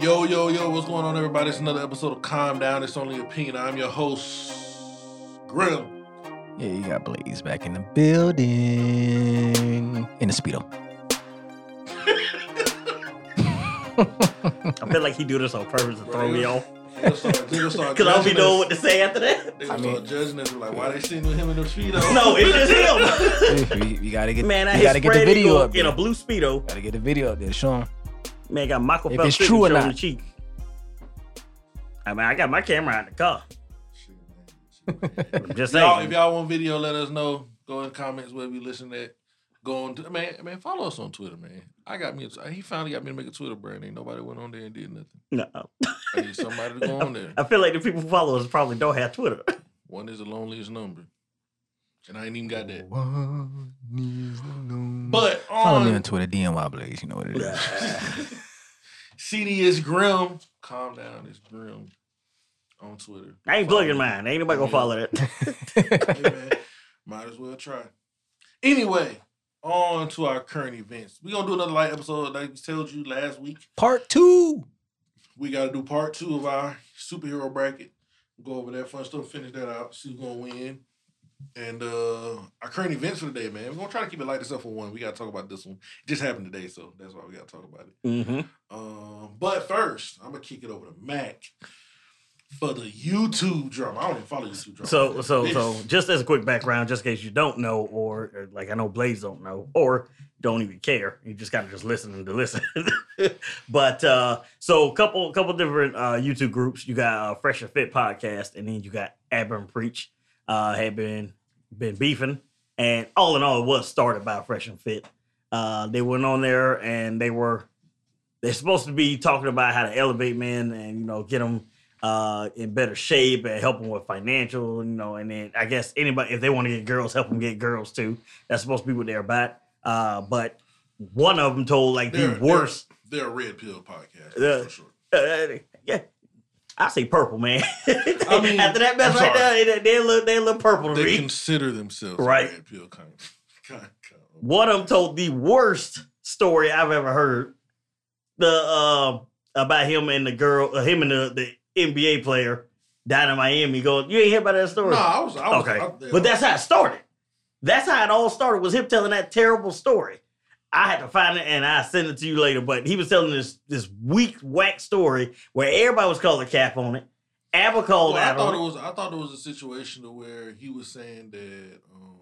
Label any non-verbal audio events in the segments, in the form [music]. Yo, yo, yo, what's going on, everybody? It's another episode of Calm Down. It's only opinion. I'm your host, Grim. Yeah, you got Blaze back in the building. In the [laughs] speedo. I feel like he do this on purpose to throw me off. Niggas start- [laughs] niggas start Cause I don't be judging us. knowing what to say after that. Niggas I mean- start judging us. Like, why they sitting with him in the speedo? [laughs] No, it's just you, you gotta get, him. [laughs] Man, I you gotta hit get the spread video eagle up. in there. a blue speedo. gotta get the video up there. Show him. Man, got Michael If Phelps it's true or signature on not. the cheek. I mean, I got my camera in the car. I'm just If y'all, saying. if y'all want video, let us know. Go in the comments wherever you listen at. Go on, to, man, man, follow us on Twitter, man. I got me. A, he finally got me to make a Twitter brand. Ain't nobody went on there and did nothing. No, I need somebody to go on [laughs] there. I feel like the people who follow us probably don't have [laughs] Twitter. [laughs] One is the loneliest number, and I ain't even got that. One is alone. But Follow me on on Twitter, DNY Blaze. You know what it is. CD is grim. Calm down, it's grim on Twitter. I ain't plugging mine. Ain't nobody gonna follow [laughs] that. Hey, [laughs] man, might as well try. Anyway, on to our current events. We're gonna do another light episode. Like we told you last week, Part two. we gotta do part two of our superhero bracket. Go over that fun stuff, finish that out. See who's gonna win. And uh our current events for today, man. We're gonna try to keep it light except for one. We gotta talk about this one. It just happened today, so that's why we gotta talk about it. hmm Um, but first, I'm gonna kick it over to Mac for the YouTube drama. I don't even follow YouTube drama. So, so, Bitch. [laughs] so, just as a quick background, just in case you don't know, or, or like I know Blaze don't know, or don't even care. You just gotta just listen to listen. [laughs] but uh, so, couple, couple different uh, YouTube groups. You got uh, Fresh and Fit podcast, and then you got Abram Preach. Uh, had been been beefing, and all in all, it was started by Fresh and Fit. Uh, they went on there and they were they're supposed to be talking about how to elevate men and you know get them uh, in better shape and help them with financial, you know, and then I guess anybody if they want to get girls, help them get girls too. That's supposed to be what they're about. Uh, but one of them told like They're- the they're- worst They're a red pill podcast Yeah. for sure. uh, yeah. I say purple, man. [laughs] I mean, After that I'm mess right sorry. there, they, they look they look purple to They me. consider themselves Right. a red pill kind of. [laughs] kind of- One of them told the worst story I've ever heard. The uh, about him and the girl, uh, him and the, the NBA player down in Miami. Going, you ain't hear about that story? No, I was. I was okay, out there. but that's how it started. That's how it all started. Was him telling that terrible story? I had to find it and I send it to you later. But he was telling this this weak whack story where everybody was calling cap on it. Abba called Well, out I on thought it it was. I thought it was a situation to where he was saying that. um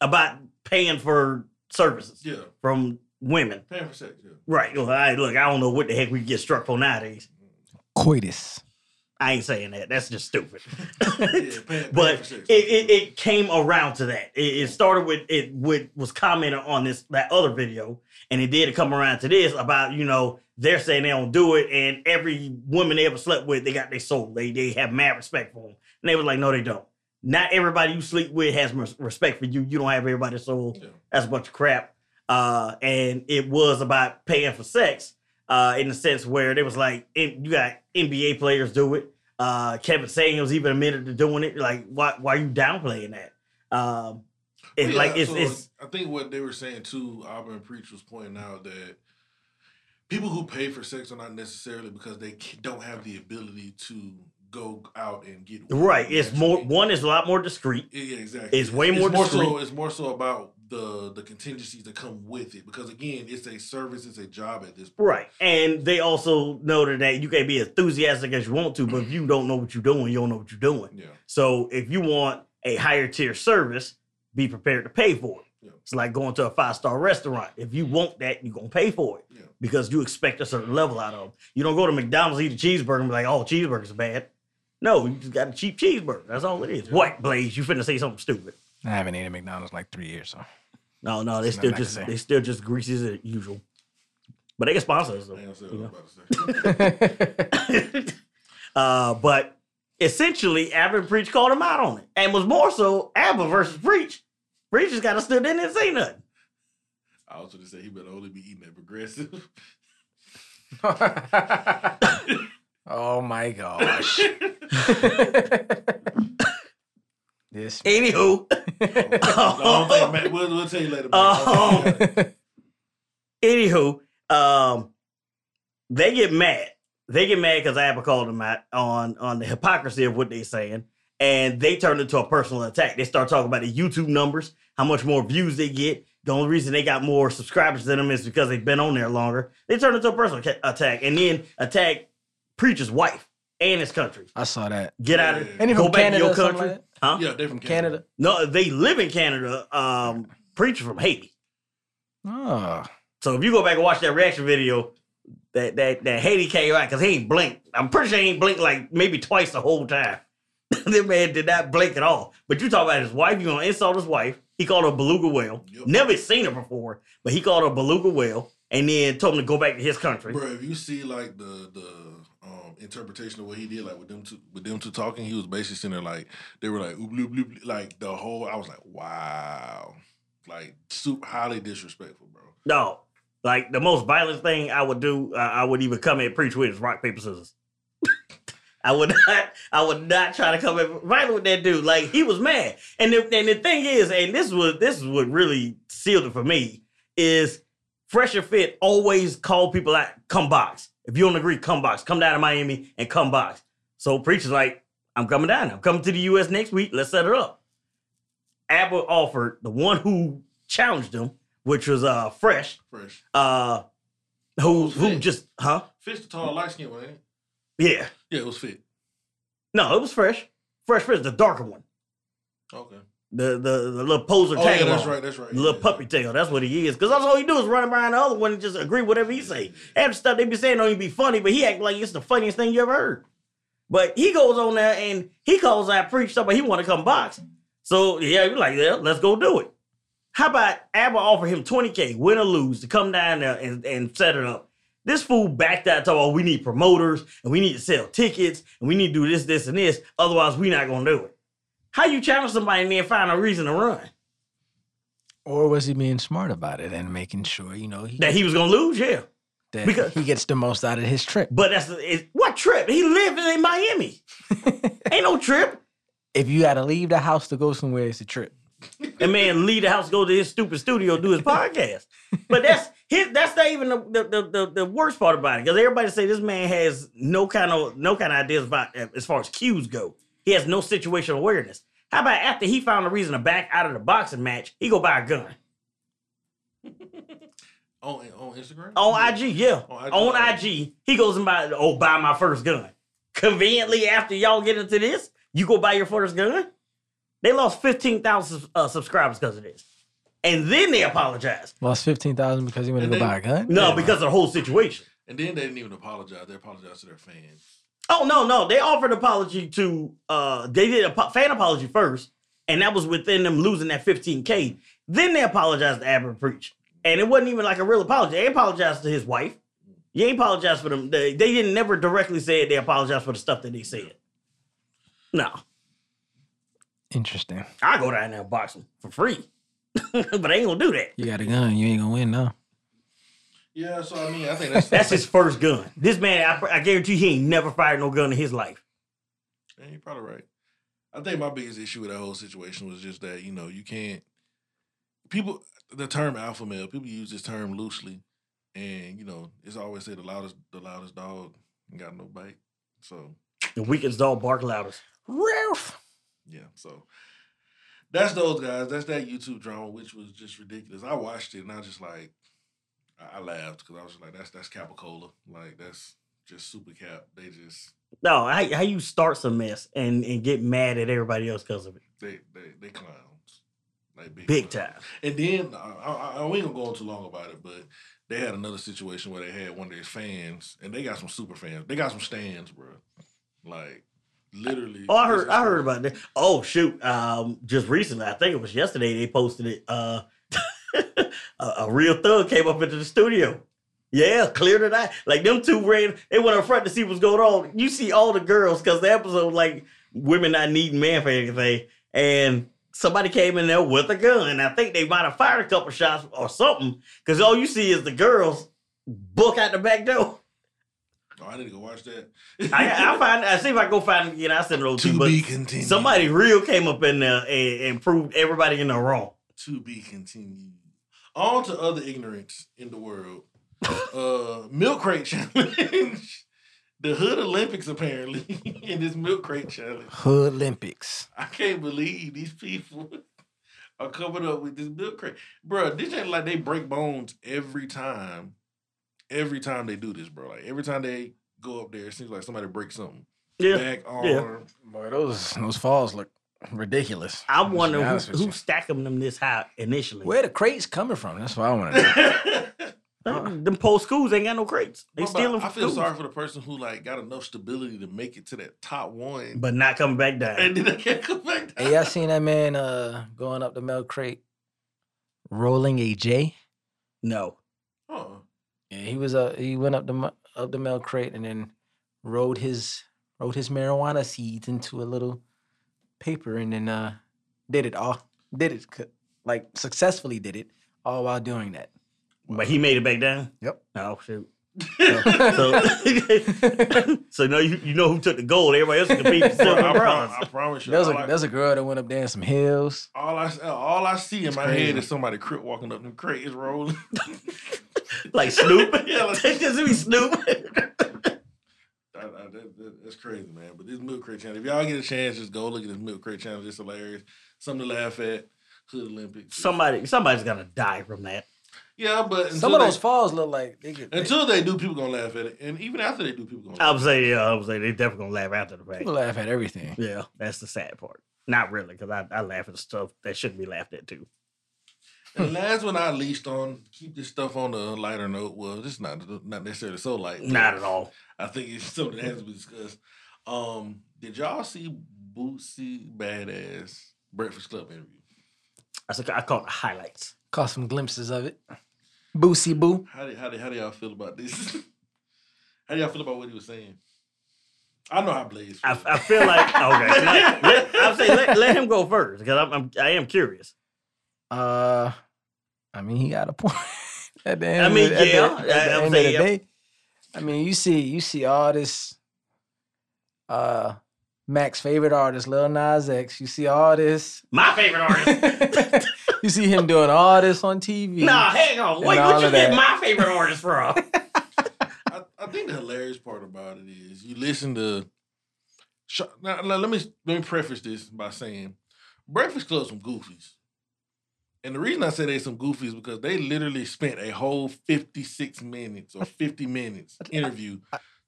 about paying for services Yeah, from women. paying for sex. Yeah. Right. Well, I, look, I don't know what the heck we get struck for nowadays. Mm. [laughs] Coitus. I ain't saying that. That's just stupid. yeah paying, paying but for sex. it, it, it came around to that. It, it started with it with, was commented on this that other video, and it did come around to this about you know they're saying they don't do it, and every woman they ever slept with, they got their soul. They they have mad respect for them, and they was like, no, they don't. Not everybody you sleep with has res- respect for you. You don't have everybody's soul. Yeah. That's a bunch of crap. Uh, and it was about paying for sex uh, in the sense where they was like, "N- you got NBA players do it. Uh, Kevin Samuels even admitted to doing it. Like, why, why are you downplaying that? Um, it's Yeah, like, it's, so it's, I think what they were saying too, Auburn Preach was pointing out that people who pay for sex are not necessarily because they ca- don't have the ability to go out and get with right. you It's more, naturally. one is a lot more discreet. Yeah, yeah, exactly. It's way more discreet. so. It's more so about the the contingencies that come with it because again, it's a service, it's a job at this point. Right. And they also noted that you can be enthusiastic as you want to, but if you don't know what you're doing, you don't know what you're doing. Yeah. So if you want a higher tier service, be prepared to pay for it. Yeah. It's like going to a five star restaurant. If you want that, you're gonna pay for it Yeah. because you expect a certain level out of them. You don't go to McDonald's eat a cheeseburger and be like, "Oh, cheeseburgers are bad." No, you just got a cheap cheeseburger. That's all it is. Yeah. What, Blaze? You finna say something stupid? I haven't eaten McDonald's in like three years, so [laughs] No, no, they Nothing still I can just say. they still just greases as usual. But they can sponsor us. though. Damn, I said you what I know? was about to [laughs] say. uh, but essentially, Abba and Preach called him out on it, and was more so Abba versus Preach. Preach just kind of stood in and say nothing. I was going to say he better only be eating that [laughs] progressive. [laughs] oh my gosh. this [laughs] Anywho, No, [laughs] I'm saying, we'll, we'll tell you later. man. Oh. Yeah. anywho, um, they get mad They get mad because Abba called them out on on the hypocrisy of what they're saying, and they turn it into a personal attack. They start talking about the YouTube numbers, how much more views they get. The only reason they got more subscribers than them is because they've been on there longer. They turn it into a personal ca- attack, and then attack preacher's wife and his country. I saw that. Get out of Yeah. Any Go from back to Canada your or something country. like that? huh? Yeah, they From Canada? No, they live in Canada. Um, preacher from Haiti. Oh. So if you go back and watch that reaction video, that that that Haiti came out because he ain't blinked. I'm pretty sure he ain't blinked like maybe twice the whole time. [laughs] that man did not blink at all. But you talk about his wife, you gonna insult his wife. He called her a beluga whale. Yep. Never seen her before, but he called her a beluga whale and then told him to go back to his country. Bro, if you see like the the um, interpretation of what he did, like with them two with them two talking, he was basically sitting there like they were like oop bloop bloop bloop," like the whole. I was like, wow, like super highly disrespectful, bro. No, like the most violent thing I would do, uh, I would even come and preach with is rock paper scissors. [laughs] I would not, I would not try to come at violent with that dude. Like he was mad, and the, and the thing is, and this was this is what really sealed it for me is Fresher Fit always call people out, come box. If you don't agree, come box. Come down to Miami and come box. So preacher's like, I'm coming down. I'm coming to the U.S. next week. Let's set it up. Abba offered the one who challenged him, which was uh Fresh, Fresh uh, who Who's who Fit? just huh? fish, the tall light skin one. ain't it? Yeah, Yeah, it was fit. no, it was Fresh. Fresh Fresh, the darker one, Okay. the the, the little poser Oh yeah, tag that's along. right. That's right. Little yeah, puppy tail, that's what he is. Because that's all he do is run around the other one and just agree whatever he say. And stuff they be saying don't even be funny, but he act like it's the funniest thing you ever heard. But he goes on there and he calls out preach stuff, but he want to come box. So yeah, you're like, yeah, let's go do it. How about Abba offer him 20K, win or lose, to come down there and, and set it up? This fool backed out talking about we need promoters and we need to sell tickets and we need to do this, this, and this. Otherwise, we not gonna do it. How you challenge somebody and then find a reason to run? Or was he being smart about it and making sure, you know, he, That he was gonna lose, yeah. that because- he gets the most out of his trip? But that's it, what trip? He lived in Miami. Ain't no trip. If you had to leave the house to go somewhere, it's a trip. And man, leave the house, go to his stupid studio, do his podcast. But that's his, that's not even the, the, the, the, the worst part about it because everybody say this man has no kind of no kind of ideas about uh, as far as cues go. He has no situational awareness. How about after he found a reason to back out of the boxing match, he go buy a gun On on Instagram. on IG? Yeah, On IG. on IG, he goes and buy oh buy my first gun. Conveniently, after y'all get into this, you go buy your first gun. They lost fifteen thousand uh, subscribers because of this, and then they apologize. Lost fifteen thousand because he went And to go then- buy a gun. No, because of the whole situation. And then they didn't even apologize. They apologized to their fans. Oh no, no, they offered apology to uh they did a po- fan apology first, and that was within them losing that 15k. Then they apologized to Abner Preach. And it wasn't even like a real apology. They apologized to his wife. You ain't apologized for them. They, they didn't never directly say it. They apologized for the stuff that they said. No. interesting. I go down there and box them for free. [laughs] but they ain't gonna do that. You got a gun, you ain't gonna win now. Yeah, so I mean, I [laughs] think that's That's his first gun. This man, I, I guarantee he ain't never fired no gun in his life. Yeah, you're probably right. I think my biggest issue with that whole situation was just that, you know, you can't people the term alpha male, people use this term loosely and you know, it's always say the loudest the loudest dog ain't got no bite. So The weakest dog bark loudest. Ralph. yeah, so that's those guys. That's that YouTube drama, which was just ridiculous. I watched it and I just like I I laughed because I was just like, that's that's Capicola. Like that's just super cap. They just No, how, how you start some mess and, and get mad at everybody else because of it. they they they clowns. Like big, Big clowns. time. And then uh, I, I, I we ain't gonna go on too long about it, but they had another situation where they had one of their fans, and they got some super fans. They got some stands, bro. Like literally. Oh, I this heard is I heard crazy. about that. Oh shoot. Um just recently, I think it was yesterday, they posted it. Uh [laughs] a, a real thug came up into the studio. Yeah, clear to that. Like them two ran, they went up front to see what's going on. You see all the girls, cause the episode like women not needing man for anything. And somebody came in there with a gun. And I think they might have fired a couple shots or something. Cause all you see is the girls book out the back door. Oh, I need to go watch that. [laughs] I, I find I see if I go find it again, I send it over to you. to but- be continued. Somebody real came up in there and, and proved everybody in the wrong. to be continued. On to other ignorance in the world. uh, milk crate [laughs] challenge. the Hood Olympics apparently [laughs] in this milk crate challenge. Hood Olympics. I can't believe these people [laughs] are coming up with this milk crate, bro. This ain't like they break bones every time. Every time they do this, bro. Like every time they go up there, it seems like somebody breaks something. Yeah. Back arm. yeah. Boy, those those falls look ridiculous. I I'm just wonder being who, honest with who you. stacking them this high initially. where the crates coming from. That's what I want to [laughs] know. uh-uh. Them Uh, them post schools ain't got no crates. They What about- stealing I from feel schools, sorry for the person who like got enough stability to make it to that top one, but not coming back down. and then they can't come back down. hey, y'all seen that man uh going up the milk crate, rolling a J? no, Huh. Yeah, he was uh he went up the mu- up the milk crate and then rolled his rolled his marijuana seeds into a little paper and then uh did it all did it c- like successfully did it all while [laughs] doing that. but he made it back down. Yep. Oh shoot. So, [laughs] so, so now you, you know who took the gold. Everybody else competed for Bro, silver I, and prom- bronze. I promise you. There's all, a I, there's a girl that went up there in some hills. all I all I see in It's my head crazy. is somebody crip walking up them crates rolling. Like Snoop. [laughs] yeah, [laughs] like, Take this to be Snoop. I, I, that, that- that's crazy, man. But this milk crate challenge, if y'all get a chance, just go look at this milk crate challenge. It's hilarious. Something to laugh at. Hood Olympics. Somebody, somebody's gonna die from that. yeah, but until Some of they- those falls look like they get they- until they do, people gonna laugh at it, and even after they do, people gonna. I laugh. would say, yeah, I would say they definitely gonna laugh after the fact. people laugh at everything. Yeah, that's the sad part. Not really, because I, I laugh at stuff that shouldn't be laughed at too. And last but not least, on keep this stuff on the lighter note. Well, this is not not necessarily so light. but Not at all. I think it's something that has to be discussed. Um, did y'all see Bootsy Badass Breakfast Club interview? I said I call it highlights. Caught some glimpses of it. Boosie boo. How did how did how do y'all feel about this? [laughs] how do y'all feel about what he was saying? I know how Blaze. I, feels. I feel [laughs] like okay. Let, let, I'm saying let, let him go first because I'm, I'm I am curious. Uh, I mean, he got a [laughs] point. at the end, I of mean, the, at the- yeah, at I- the I'm end of saying, the yeah. day, I mean, you see, you see all this. Uh, Mac's favorite artist, Lil Nas X. You see all this. [laughs] My favorite artist. [laughs] you see him doing all this on TV. nah, hang on. Wait, all what you of get that. my favorite artist from? [laughs] I, I think the hilarious part about it is you listen to. Sh- Now, now, let me let me preface this by saying, Breakfast Club some goofies, and the reason I say they some goofies because they literally spent a whole fifty six minutes or fifty minutes interview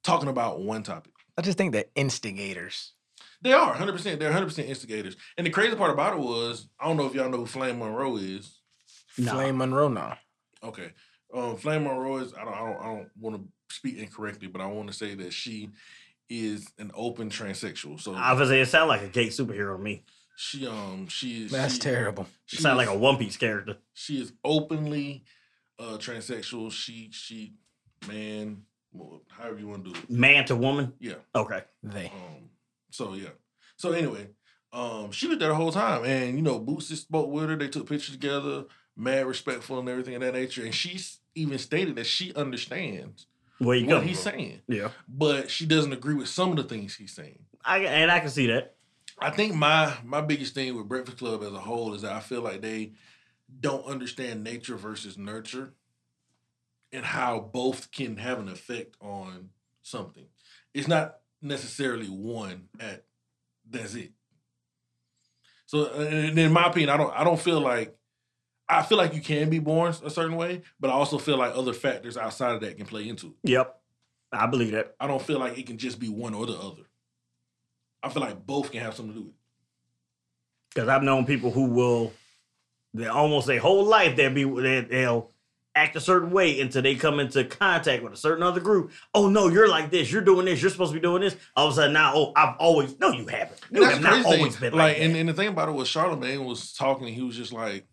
talking about one topic. I just think they're instigators. They are hundred percent. They're hundred percent instigators. And the crazy part about it was I don't know if y'all know who Flame Monroe is. Nah. Flame Monroe, no. Okay. Um, Flame Monroe is I don't I don't, I don't want to speak incorrectly, but I want to say that she is an open transsexual. So Obviously, it sounds like a gay superhero to me. she um she is That's she, terrible. She It sounds like is- a One Piece character. she is openly uh transsexual. She she man well, however you want to do it. Man to woman. Yeah. Okay. They. Um, so yeah. So anyway, um, she was there the whole time, and you know, Bootsy spoke with her. They took pictures together, mad respectful and everything of that nature. And she s- even stated that she understands Where you what go? he's saying, Yeah. but she doesn't agree with some of the things he's saying. I and I can see that. I think my my biggest thing with Breakfast Club as a whole is that I feel like they don't understand nature versus nurture and how both can have an effect on something. It's not necessarily one at that's it. So and in my opinion, I don't I don't feel like I feel like you can be born a certain way, but I also feel like other factors outside of that can play into it. Yep. I believe that. I don't feel like it can just be one or the other. I feel like both can have something to do with it. because I've known people who will, they almost their whole life they'll be they, they'll act a certain way until they come into contact with a certain other group. Oh no, you're like this. You're doing this. You're supposed to be doing this. All of a sudden now, oh, I've always no, you haven't. You And that's have not the crazy always thing. been like, that. and, and the thing about it was Charlemagne was talking, he was just like,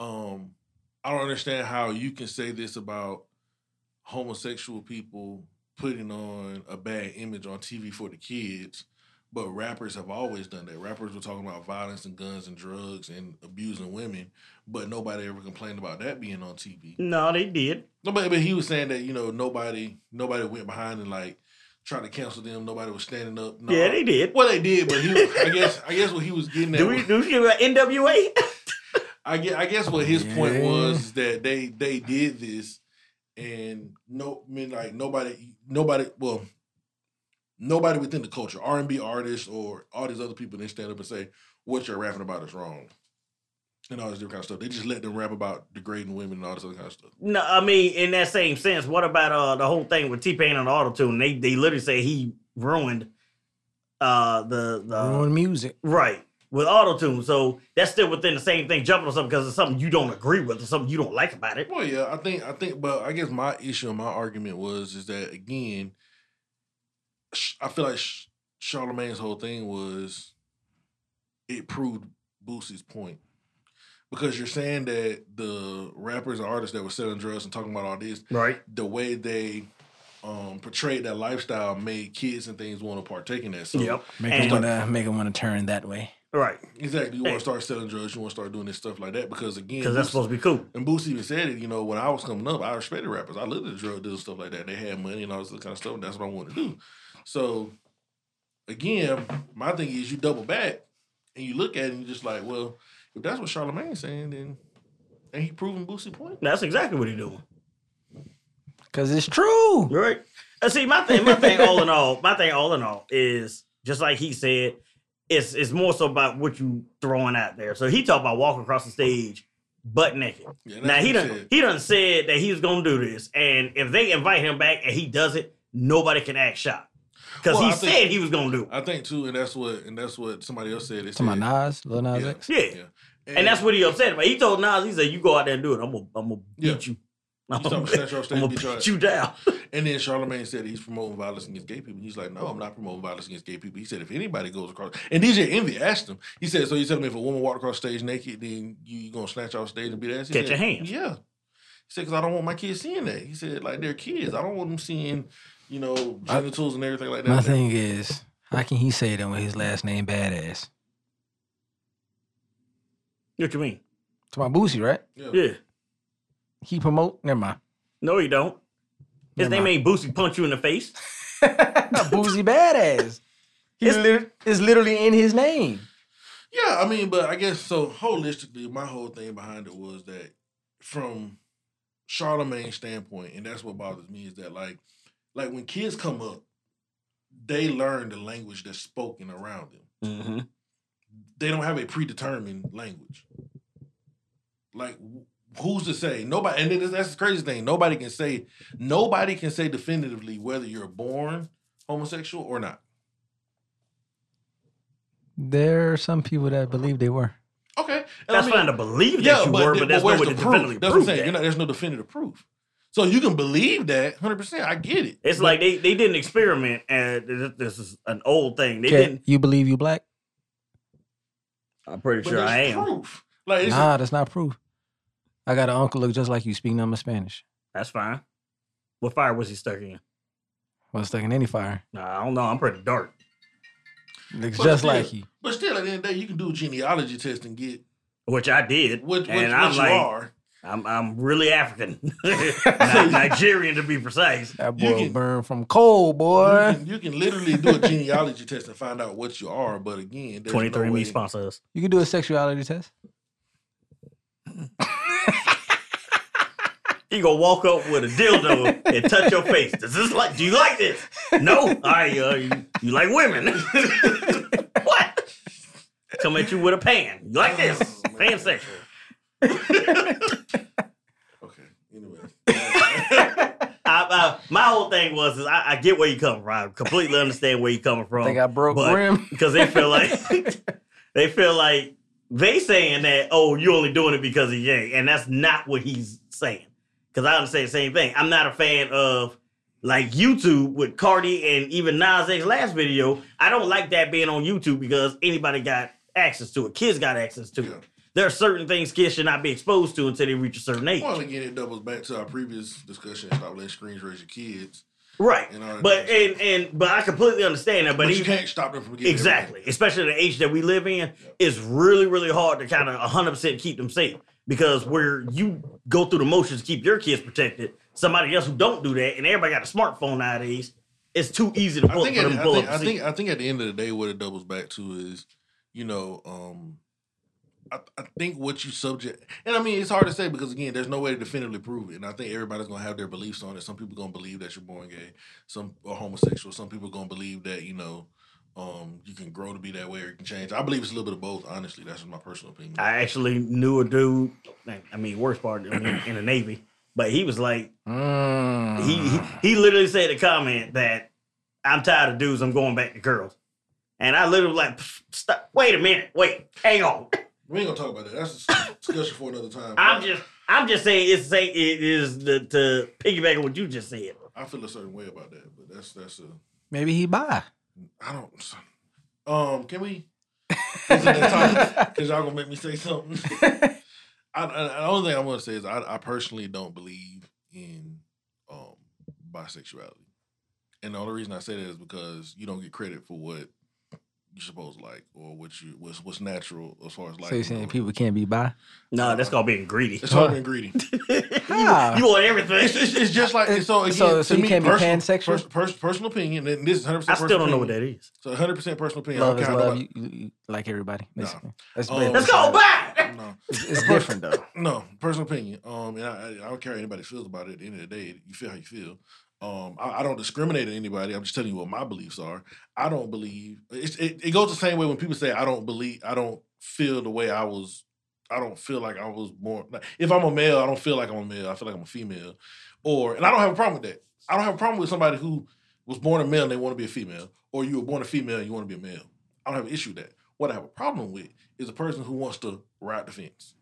um, I don't understand how you can say this about homosexual people putting on a bad image on TV for the kids, but rappers have always done that. Rappers were talking about violence and guns and drugs and abusing women, but nobody ever complained about that being on TV. no, they did. No, but, but he was saying that you know nobody nobody went behind and like tried to cancel them. Nobody was standing up. No. Yeah, they did. well they did, but he was, I guess I guess what he was getting at. Do we was- do we give an NWA? I guess I guess what his point Yeah. was is that they they did this and no I mean like nobody nobody well nobody within the culture, R and B artists or all these other people, they stand up and say what you're rapping about is wrong, and all this different kind of stuff. They just let them rap about degrading women and all this other kind of stuff. [laughs] No, I mean in that same sense. What about uh the whole thing with T Pain and Auto Tune? They they literally say he ruined uh the the Ruin music. right with Auto Tune. So that's still within the same thing. Jumping on something because it's something you don't agree with or something you don't like about it. Well, yeah, I think I think, but I guess my issue and my argument was is that again, sh- I feel like sh- Charlemagne's whole thing was it proved Boosie's point because you're saying that the rappers and artists that were selling drugs and talking about all this, Right. the way they um portrayed that lifestyle made kids and things want to partake in that. So Yep. Make And- him wanna make him wanna turn that way. Right. exactly, you want Hey. to start selling drugs, you want to start doing this stuff like that because again, Because that's Boosie- supposed to be cool. And Boosie even said it, you know, when I was coming up, I respected rappers. I lived in drug deals and stuff like that. They had money and all this other kind of stuff. And that's what I wanted to do. So, again, my thing is you double back and you look at it and you're just like, well, if that's what Charlemagne's saying, then ain't he proving Boosie's point? That's exactly what he's doing. Cause it's true. Right. Uh, see, my thing, my thing, all in all, my thing, all in all, is just like he said, it's it's more so about what you throwing out there. So he talked about walking across the stage butt naked. Yeah, that's Now what he done said. he done said that he was gonna do this, and if they invite him back and he does it, nobody can act shot because Well, he I said think- he was gonna do it. I think too, and that's what and that's what somebody else said. They To my said- Nas, Lil Nas X. Yeah. And, And that's what he upset about. He told Nas, he said, "You go out there and do it. I'm gonna, I'm gonna Yeah. beat you. You I'm [laughs] talking gonna, about snatch your I'm stage, gonna get your beat you down." And then Charlemagne said he's promoting violence against gay people. He's like, no, I'm not promoting violence against gay people. He said, if anybody goes across, and DJ Envy asked him, he said, so you telling me if a woman walked across stage naked, then you, you gonna snatch off stage and beat ass? He Catch said, your hands. Yeah. He said, because I don't want my kids seeing that. He said, like they're kids. I don't want them seeing, you know, I- genitals and everything like that. My thing is, how can he say that when his last name badass? What you mean? To my Boosie, right? Yeah. Yeah. He promote. Never [laughs] mind. No, you don't. His Never name ain't Boosie. Punch you in the face. Boosie [laughs] badass. It's, lit- it's literally in his name. Yeah, I mean, but I guess so. Holistically, my whole thing behind it was that from Charlemagne's standpoint, and that's what bothers me is that like, like when kids come up, they learn the language that's spoken around them. Mm-hmm. They don't have a predetermined language. Like, wh- who's to say nobody? And then that's the crazy thing. Nobody can say nobody can say definitively whether you're born homosexual or not. There are some people that believe they were. Okay, and I That's mean- fine to believe that you were, th- but there's no where's way the to definitely That's what I'm prove saying. that. You're not- there's no definitive proof. So you can believe that 100%. I get it. it's like they, they did an experiment, and th- this is an old thing. They Okay, didn't. you believe you black? I'm pretty but sure there's I am. proof. Like, it's Nah, that's not proof. I got an uncle look just like you, speaking number Spanish. That's fine. What fire was he stuck in? Well, stuck in any fire. Nah, I don't know. I'm pretty dark. Looks But just still, like you. But still, at the end of the day, you can do a genealogy test and get Which I did, what, what, what and I'm you like, are. I'm I'm really African, [laughs] [laughs] Ni- Nigerian to be precise. That you boy can- burned from coal, You boy. can, you can literally do a genealogy test and find out what you are. But again, there's Twenty three no me way. sponsor us. You can do a sexuality test. You gonna walk up with a [laughs] dildo and touch your face? Does this like? Do you like this? No. All right, uh, you, you like women? [laughs] what? Come at you with a pan. You like this? Oh, man. Pansexual. Okay. Anyway. I, I, my whole thing was is I, I get where you come from. I completely understand where you coming from. Think I broke but- rim. because they feel like [laughs] they feel like they saying that oh you only doing it because of gay and that's not what he's saying because i would say the same thing i'm not a fan of like youtube with cardi and even nas x last video i don't like that being on youtube because anybody got access to it kids got access to Yeah. it there are certain things kids should not be exposed to until they reach a certain [laughs] age Well, again, it doubles back to our previous discussion stop letting screens raise your kids. right And all that but different and and but i completely understand that But, but, you even can't stop them from getting Exactly. Especially the age that we live in, it's really, really hard to kind of 100% keep them safe because where you go through the motions to keep your kids protected, somebody else who don't do that, and everybody got a smartphone nowadays, it's too easy to I pull up think, for at, them to I, pull think, I up. to see. think I think at the end of the day, what it doubles back to is, you know, um, I, I think what you subject, and I mean it's hard to say because again, there's no way to definitively prove it, and I think everybody's gonna have their beliefs on it. Some people gonna believe that you're born gay, some are homosexual, some people gonna believe that you know, um, you can grow to be that way or you can change. I believe it's a little bit of both. Honestly, that's just my personal opinion. I actually knew a dude. I mean, worst part I mean, in the Navy, but he was like, Mm. he, he he literally said a comment that I'm tired of dudes. I'm going back to girls, and I literally like, "Pff, stop. Wait a minute. Wait, hang on. we ain't gonna talk about that. That's a discussion for another time. I'm but just I'm just saying it's say it is the, to piggyback on what you just said. I feel a certain way about that, but that's that's a Maybe he bi. I don't. Um, can [laughs] we? [laughs] Because y'all gonna make me say something. I, I, the only thing I'm gonna say is I, I personally don't believe in um bisexuality, and the only reason I say that is because you don't get credit for what you supposed to like or what you what's what's natural as far as like. so you're you saying know, people can't be bi? No, that's called being greedy. [laughs] It's [laughs] all been greedy. you, How? you want everything. It's, it's, it's just like so. Again, Uh, So- so Oh, to you me, can't be personal- pansexual? pers- pers- personal opinion, and this is 100. I still don't know what that is. So 100 percent personal opinion. I love don't is care how love. nobody- You, you, you like everybody, Nah. basically. That's Um, basically Let's go what it back. No. [laughs] is. It's different though. No, personal opinion. Um, and I, I I don't care how anybody feels about it. At the end of the day, you feel how you feel. Um, I, I don't discriminate at anybody. I'm just telling you what my beliefs are. I don't believe it's, it. It goes the same way when people say I don't believe. I don't feel the way I was. I don't feel like I was born. Like, if I'm a male, I don't feel like I'm a male. I feel like I'm a female. Or and I don't have a problem with that. I don't have a problem with somebody who was born a male and they want to be a female, or you were born a female and you want to be a male. I don't have an issue with that. What I have a problem with is a person who wants to ride the fence.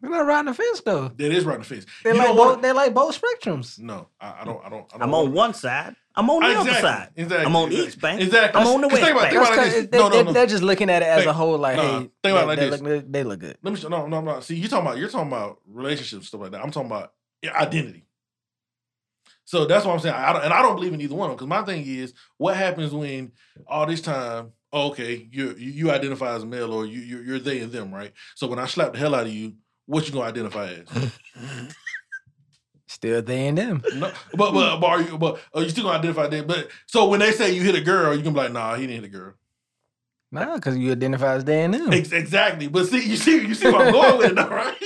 They're not riding the fence though. That is right in the face. They You like don't wanna- both. They like both spectrums. No, I, I don't. I don't. I don't I'm wanna- on one side. I'm on the Exactly, other side. Exactly. I'm on exactly, each bank. Exactly. I'm on the 'Cause think about, west think about bank. it That's like 'cause this. they, No, no, they- no. They're just looking at it as Think- a whole. Like, nah, hey, think about it like they, this. Look, they look good. Let me. show- No, no, I'm not. See, you talking about. You're talking about relationships stuff like that. I'm talking about i- identity. So that's what I'm saying. I don't, and I don't believe in either one of them because my thing is, what happens when all this time? oh, okay, you you you identify as male or you you're, you're they and them, right? So when I slap the hell out of you, what you gonna identify [laughs] as? Still they and them. No, but but but are you but are you still gonna identify that? But so when they say you hit a girl, you can be like, nah, he didn't hit a girl. Nah, because you identify as they and them. Ex- exactly. But see, you see, you see where I'm going with it, though, right?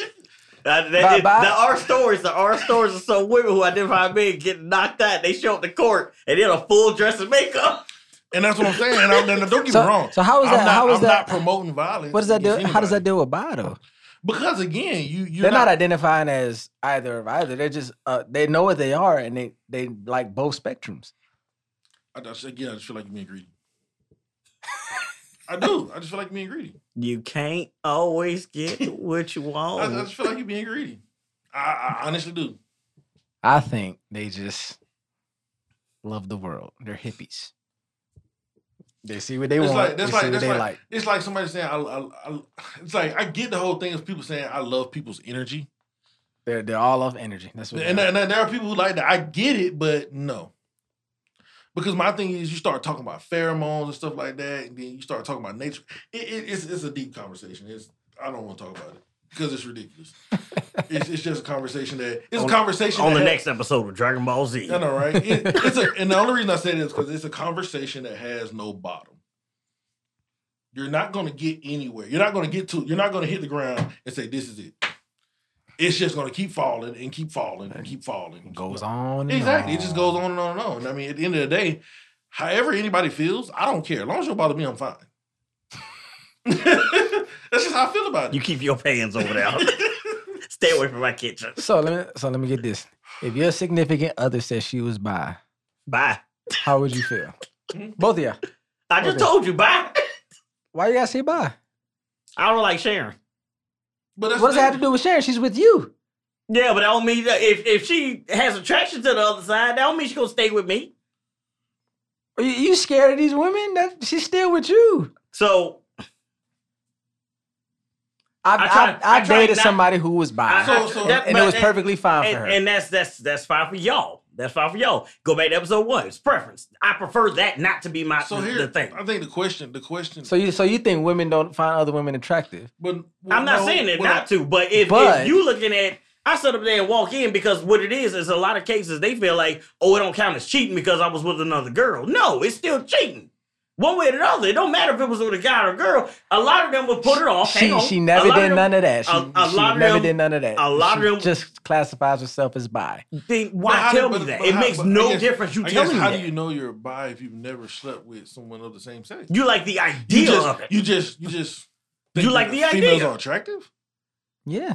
Uh, Bye, that, it, bye. the R stories, the R stories of some women who identify as men getting knocked out. They show up to court and in a full dress and makeup. And that's what I'm saying. And I'm, and don't get So- me wrong. so how is I'm that- Not, how is I'm not that- promoting violence. What does that do? against How does that anybody. deal with bi though? Because again, you you're They're not, not. identifying as either of either. They're just uh, they know what they are and they they like both spectrums. I just, again, I just feel like you're being greedy. I do. I just feel like you're being greedy. You can't always [laughs] get what you I, I just want. feel like you're being greedy. I, I honestly do. I think they just love the world. They're hippies. They see what they It's want. like- that's they like- see what that's they like. It's like somebody saying, I, I, I, it's like I get the whole thing of people saying I love people's energy, They're they're all off energy. That's what. and, they and are. there are people who like that. I get it, but no. Because my thing is, you start talking about pheromones and stuff like that, and then you start talking about nature. It, it, it's it's a deep conversation. It's I don't want to talk about it because it's ridiculous. [laughs] it's, it's just a conversation that it's On- a conversation On that the ha- next episode of Dragon Ball Z. I know, right? [laughs] It- it's a, and the only reason I say this because it's a conversation that has no bottom. You're not going to get anywhere. You're not going to get to. You're not going to hit the ground and say this is it. It's just going to keep falling and keep falling and keep falling. and It keep goes falling. on. and Exactly. It just on. goes on and on and on. I mean, at the end of the day, however anybody feels, I don't care. As long as you don't bother me, I'm fine. [laughs] That's just how I feel about it. You keep your pans over [laughs] there. Stay away from my kitchen. So let me so let me get this. If your significant other says she was bi, Bye. how would you feel? Mm-hmm. Both of y'all. I just Okay. told you, bye. Why you gotta say bi? I don't like sharing. but that's What does that have to do with Sharon? She's with you. Yeah, but I don't mean that if, if she has attraction to the other side, that don't mean she's gonna stay with me. Are you, you scared of these women? That she's still with you. So I I tried- I, I, I tried dated not- somebody who was bi, I- So- so- Ah. and it was but- perfectly fine for her. and, and that's that's that's fine for y'all. That's fine for y'all. Go back to episode one. It's preference. I prefer that not to be my So the- here, the thing. I think the question, the question. so you so you think women don't find other women attractive? but, I'm not no, saying that what I- not to, but if, But- if you looking at I sit up there and walk in because what it is is a lot of cases they feel like, oh, it don't count as cheating because I was with another girl. No, it's still cheating. One way or the other, it don't matter if it was with a guy or a girl. A lot of them would put it off. Hang She, on. she A never lot did of them- none of that. She, a- a she lot of never them- did none of that. a lot of She them- just classifies herself as bi. Then why how do- tell me but- that? but it how- makes but I no guess- difference. You I telling guess, me how that. do you, you know you're bi if you've never slept with someone of the same sex? like the You idea just, of it. you just, you just, You think like that the Females idea. are attractive. Yeah.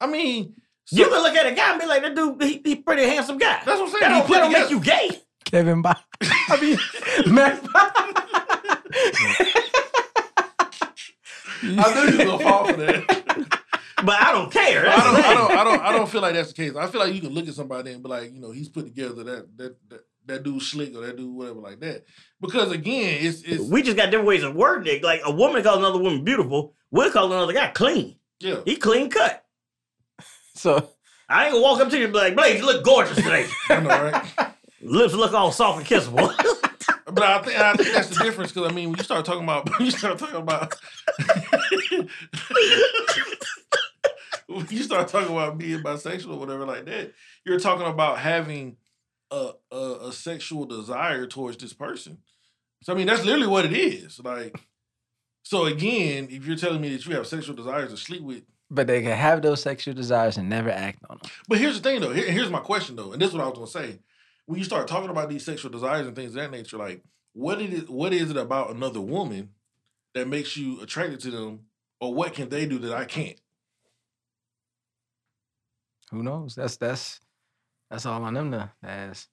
I mean, so- [laughs] you can look at a guy and be like, "That dude, he, he pretty handsome guy." that's what I'm saying. that don't, You put that don't make together- you gay. Kevin [laughs] bi. I [laughs] mean, Mary I knew you were gonna fall for [laughs] that. But I don't [laughs] care. I That's the don't, I thing. don't, I don't, I don't feel like that's the case. I feel like you can look at somebody and be like, you know, he's put together that that that, that dude slick or that dude whatever like that. Because again, it's it's We just got different ways of wording it. Like a woman calls another woman beautiful, we'll call another guy clean. yeah. He clean cut. So I ain't gonna walk up to you and be like, Blaze, you look [laughs] gorgeous today. I know, right? Lips look all soft and kissable. But I think I think that's the difference because I mean, when you start talking about, [laughs] when you start talking about, [laughs] when you start talking about being bisexual or whatever like that, you're talking about having a a, a sexual desire towards this person. So I mean, that's literally what it is. Like, so again, if you're telling me that you have sexual desires to sleep with, but they can have those sexual desires and never act on them. but here's the thing though. Here- here's my question though, and this is what I was gonna say. When you start talking about these sexual desires and things of that nature, like what it is what is it about another woman that makes you attracted to them, or what can they do that I can't? Who knows? That's that's that's all on them to ask.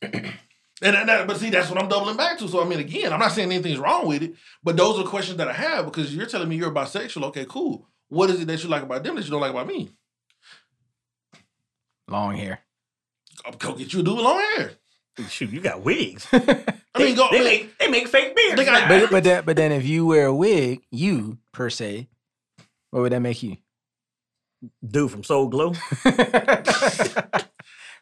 And that- that, but see, that's what I'm doubling back to. So I mean, again, I'm not saying anything's wrong with it, but those are questions that I have because you're telling me you're bisexual. Okay, cool. What is it that you like about them that you don't like about me? Long hair. I'll go get you a dude with long hair. [laughs] Shoot, you got wigs. I mean, go. They make they make fake beards. They got- now. But but that but then if you wear a wig, you per se, what would that make you? [laughs] Dude from Soul Glow.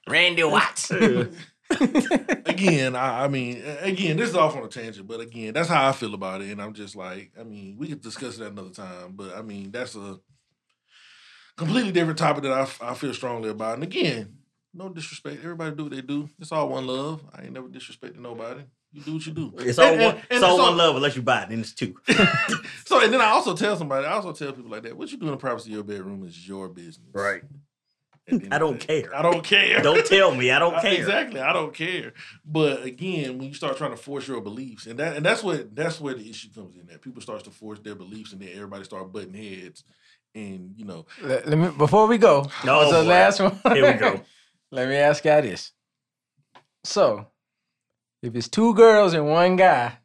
Randy [laughs] Watts. again, I, I mean, a- again, this is off on a tangent, but again, that's how I feel about it, and I'm just like, I mean, we could discuss it at another time, but I mean, that's a completely different topic that I, f- I feel strongly about. And again, no disrespect, everybody do what they do. It's all one love. I ain't never disrespecting nobody. You do what you do. It's all And- one and- it's and all so- one love unless you buy it, then it's two. So, and then I also tell somebody, I also tell people like that, what you do in the privacy of your bedroom is your business. At the end I of the don't day. care. I don't care. [laughs] Don't tell me. I don't [laughs] I- care. Exactly, I don't care. But again, when you start trying to force your beliefs, and that and that's what that's where the issue comes in. That people starts to force their beliefs, and then everybody start butting heads. And you know, let, let me before we go, No, what's the Oh, boy. last one? Here we go. Let me ask y'all this. So, if it's two girls and one guy,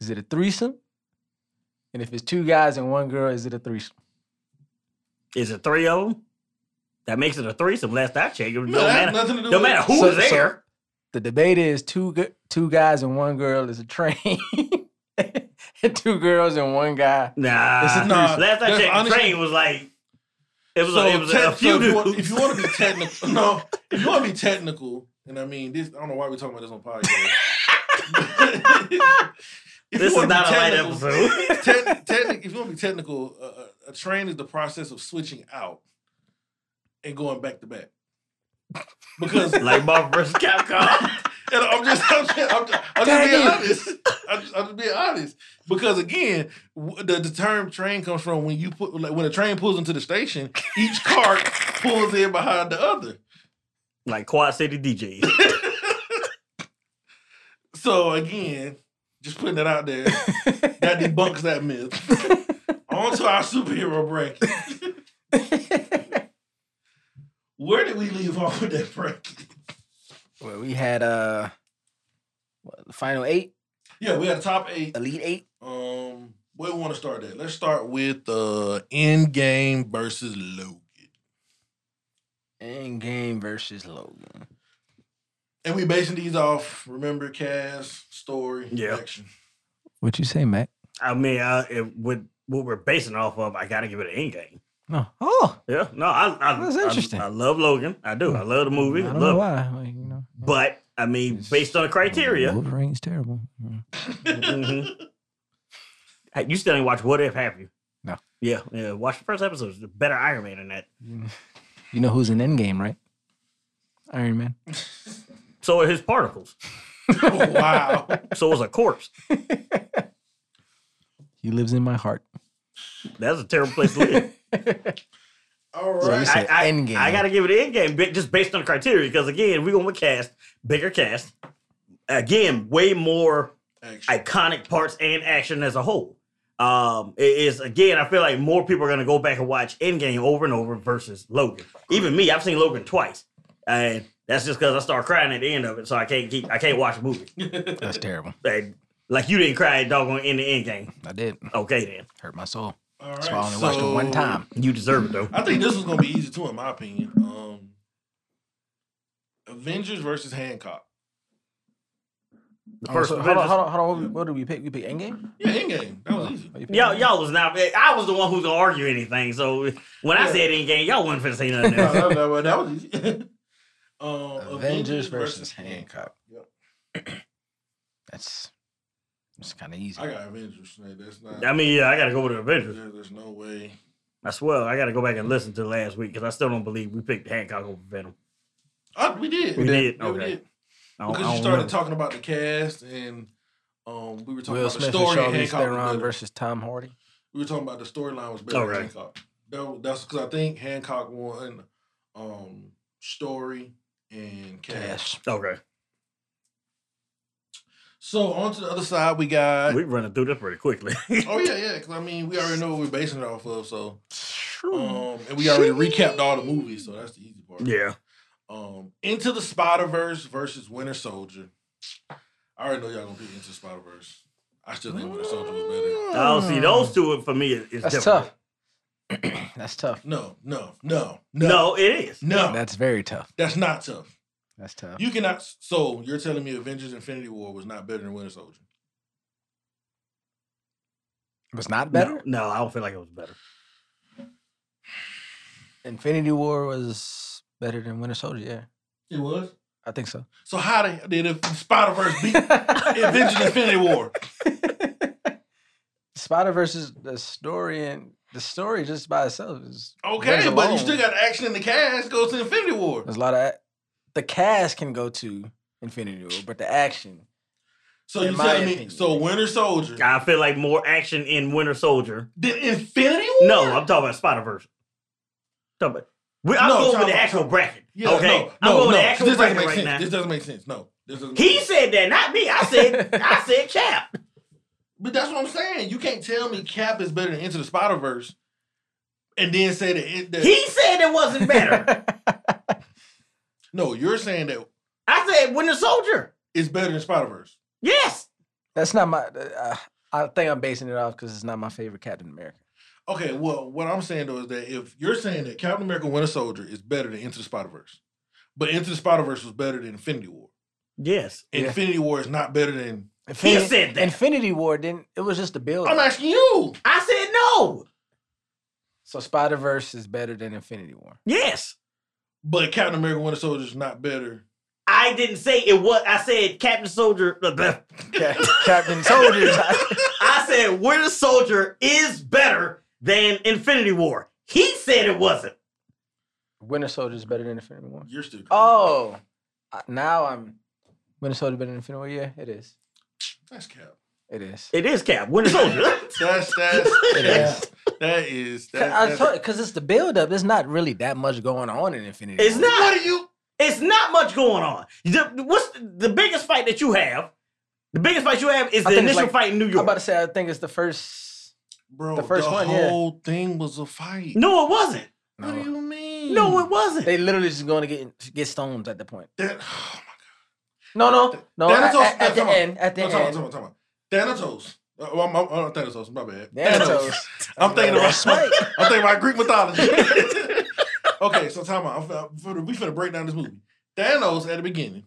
is it a threesome? And if it's two guys and one girl, is it a threesome? Is it three of them? That makes it a threesome. Last I checked, it don't no, that has matter. nothing to do. Don't with matter who So- was there. The debate is two gu- two guys and one girl is a train. [laughs] and two girls and one guy. [laughs] Nah. This is not- Last I that's checked, the honestly- train was like it was, So a, it was tech- a few so if you want- dudes. if you want to be technical, [laughs] no, if you want to be technical, and I mean this, I don't know why we're talking about this on [laughs] [laughs] podcast. If you This wanna is be not a light technical- [laughs] episode. Techni- technic- if you want to be technical, uh, uh, a train is the process of switching out and going back to back. Because and [laughs] like Marvel versus Capcom. I'm just, I'm just, I'm just, I'm just Dang being it. honest. I'm just, I'm just being honest. Because again, w- the, the term train comes from when you put like when a train pulls into the station, each cart pulls in behind the other. like Quad City DJs. So again, just putting it out there, that debunks that myth. [laughs] On to our superhero break. Where did we leave off with that break? well, we had uh what, the final eight, Yeah, we had top eight. elite eight. Um, where we want to start at? Let's start with uh Endgame versus Logan. Endgame versus Logan. And we basing these off, remember, cast, story, Yeah. action. [laughs] What you say, Mac? I mean, uh, it, with what we're basing it off of, I got to give it an end game. No. Oh, Yeah, no, I, I That's I- interesting. Hmm. I, love Logan. I do. I love the movie. I I don't know love, it. why. like, you know, but I mean, It's- based on the criteria, Wolverine's terrible. Mm. Mhm. Hey, you still ain't watch What If, have you? No. Yeah, yeah. Watch the first episode. It's a better Iron Man than that. You know who's in Endgame, right? Iron Man. So are his particles. Oh, wow. So it was a corpse. He lives in my heart. That's a terrible place to live. All So right. this is I, I, Endgame. I gotta give it an endgame ba- just based on the criteria because again, we're gonna cast bigger cast. Again, way more Action. iconic parts and action as a whole. Um, it is again, I feel like more people are gonna go back and watch Endgame over and over versus Logan. Even me, I've seen Logan twice, and that's just because I start crying at the end of it, so I can't keep, I can't watch a movie. That's terrible. Like, like you didn't cry, at doggone in the Endgame. I did. Okay, then Hurt my soul. All right. That's why I only watched it one so- time. you deserve it though. I think this was gonna be easy too, in my opinion. Um, Avengers versus Hancock. The Oh, first so hold on, Avengers- hold on, hold on. What, we- what did we pick? We pick Endgame? Yeah, Endgame. That was [laughs] easy. Oh, you picked Y'all, Endgame? y'all was not. I was the one who's gonna argue anything. So when I Yeah. said anything, y'all wasn't finna say nothing No, else. that, that- that was easy. [laughs] um, Avengers versus Hancock. Yep. That's it's kind of easy. I got Avengers. Like, that's not. I mean, yeah, I gotta go with the Avengers. there- there's no way. I swear, I gotta go back and listen to last week because I still don't believe we picked Hancock over Venom. Oh, we did. We did. Yeah, we Okay. did. I don't, Because I don't you started remember. talking about the cast and um, we were talking Will about Smith the story. and And Charlize Hancock was Theron better. versus Tom Hardy. we were talking about the storyline was better Okay. than Hancock. That, wa- that's because I think Hancock won um, story and cast. Yes. Okay, So on to the other side, we got. we running through this pretty quickly. [laughs] oh yeah, yeah. Because I mean, we already know what we're basing it off of. So, Shoo. um, and we already recapped all the movies. So that's the easy part. yeah, Um, Into the Spider Verse versus Winter Soldier. I already know y'all gonna pick Into the Spider Verse. I still think Winter Soldier was better. oh, see, those two for me is, is That's different. tough. That's tough. [clears throat] No, no, no, no, No. no. it is. That's very tough. that's not tough. That's tough. You cannot. So you're telling me Avengers: Infinity War was not better than Winter Soldier? It was not better. No, no, I don't feel like it was better. Infinity War was better than Winter Soldier. Yeah, It was. I think so. So how did, did Spider Verse beat Avengers: Infinity War? [laughs] Spider versus the story and the story just by itself is Okay, There's a but you bone. still got action in the cast. Goes to Infinity War. There's a lot of the cast can go to Infinity War, but the action. So In you my telling me opinion. so Winter Soldier I feel like more action in Winter Soldier. did Infinity War? No, I'm talking about Spider Verse. No, I'm going with talking the about- actual bracket. Yeah, okay, no, I'm no, going with no. the actual this doesn't bracket make right sense. now. This doesn't make sense. No, this doesn't. make He sense. said that, not me. I said, I said Cap. but that's what I'm saying. You can't tell me Cap is better than Into the Spider Verse, and then say that. It, that He said it wasn't better. no, you're saying that I said Winter Soldier. it's better than Spider Verse. Yes. [laughs] That's not my. Uh, I think I'm basing it off because it's not my favorite Captain America. Okay, well, what I'm saying though is that if you're saying that Captain America: Winter Soldier is better than Into the Spider Verse, but Into the Spider Verse was better than Infinity War. Yes. Yeah. Infinity War is not better than. Infinity, said that. Infinity War didn't. It was just the build. I'm asking you. I said no. So Spider Verse is better than [laughs] Infinity War. Yes. But Captain America: Winter Soldier is not better. I didn't say it was. I said Captain Soldier. [laughs] Cap- Captain Soldier. [laughs] I said Winter Soldier is better than Infinity War. He said it wasn't. Winter Soldier is better than Infinity War. You're stupid. Oh, I- now I'm. Winter Soldier better than Infinity War. Yeah, it is. that's Cap. It is. It is Cap. Winter Soldier. That's that's [laughs] It that's is. that is that, I that's- told because it's the build up. There's not really that much going on in Infinity. [laughs] It's War. not. What are you? It's not much going on. The, what's the, the biggest fight that you have? The biggest fight you have is I think the it's initial like- fight in New I'm about York. to say I think it's the first. Bro, The first one, yeah. whole thing was a fight. No, it wasn't. What do you mean? No, it wasn't. They literally just going to get get stones at the point. That, [sighs] oh No, no, no. Thanatos- At, at- at the come on. end, at my the God. No, talk end, about, talk about, Thanatos. Uh, well, I'm, I'm, I'm Thanatos. My bad. Thanatos. I'm thinking about. That's right. I'm thinking about Greek mythology. [laughs] okay, so time out. I'm fin- I'm finna, we finna break down this movie. Thanos at the beginning,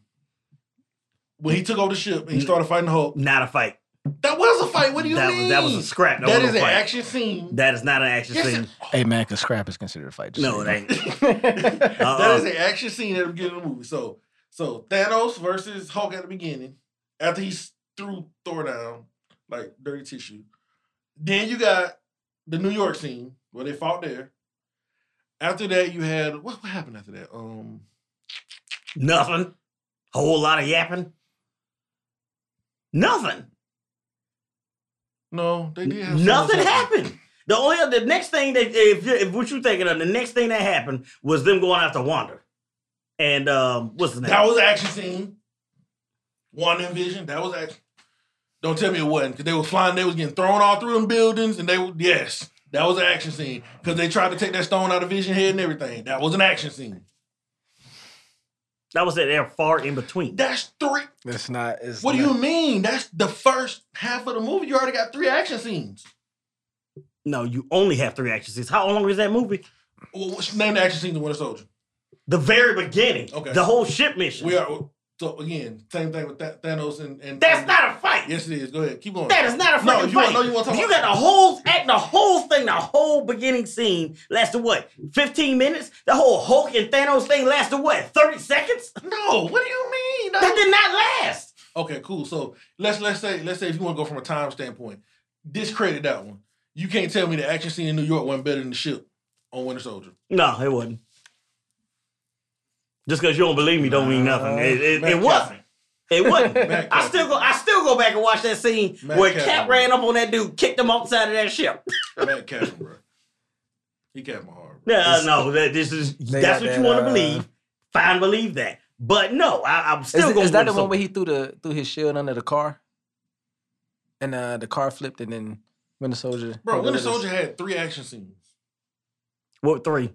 when he took over the ship and he started fighting Hulk, Not a fight. that was a fight. What do you Mm. that mean? was that was a scrap. That, That was is a an fight. action scene. That is not an action Yes, scene. it- Hey man, because scrap is considered a fight. just no, so it you [laughs] ain't. know. Uh-uh. That is an action scene at the beginning of the movie. So, so Thanos versus Hulk at the beginning, after he s- threw Thor down like dirty tissue. Then you got the New York scene where they fought there. After that, you had what, what happened after that? Um, Nothing. Whole lot of yapping. Nothing. No, they did. Have Nothing something. happened. The only the next thing that if, you- if what you thinking of, the next thing that happened was them going after Wanda. And um, what's the name? That was an action scene. One Vision. That was action. Don't tell me it wasn't because they was flying. They was getting thrown all through them buildings, and they were yes, that was an action scene because they tried to take that stone out of Vision head and everything. That was an action scene. that was it. They're far in between. That's three. That's not. [laughs] It's What do not- you mean? That's the first half of the movie. You already got three action scenes. no, you only have three action scenes. How long is that movie? Well, what's name the action scene to Winter Soldier? The very beginning. Okay. The whole ship mission. We are so again same thing with Tha- Thanos and and That's and- not a fight. Yes, it is. Go ahead. Keep going. That is not a freaking No, you fight. want- no, you want to talk you about- got the whole act, the whole thing, the whole beginning scene lasted what? 15 minutes? The whole Hulk and Thanos thing lasted what? 30 [laughs] seconds? No. What do you mean? That did not last. Okay, cool. So let's let's say let's say if you want to go from a time standpoint, discredit that one. You can't tell me the action scene in New York wasn't better than the ship on Winter Soldier. No, it wasn't. Just because you don't believe me don't mean nothing. It, it, Matt it wasn't. It [laughs] wasn't. Matt I Catherine. still go. I still go back and watch that scene Matt where Cap Catherine. ran up on that dude, kicked him outside of [laughs] that ship. Catherine. Man, Catherine, bro. He got my heart. Bro. No, no, that this is They that's got what you that, want to uh, believe. Fine, believe that. But no, I, I'm Is, still th- going. is that the one where he threw the threw his shield under the car, and uh, the car flipped, and then Winter Soldier. Bro, Winter Soldier had three action scenes. What three?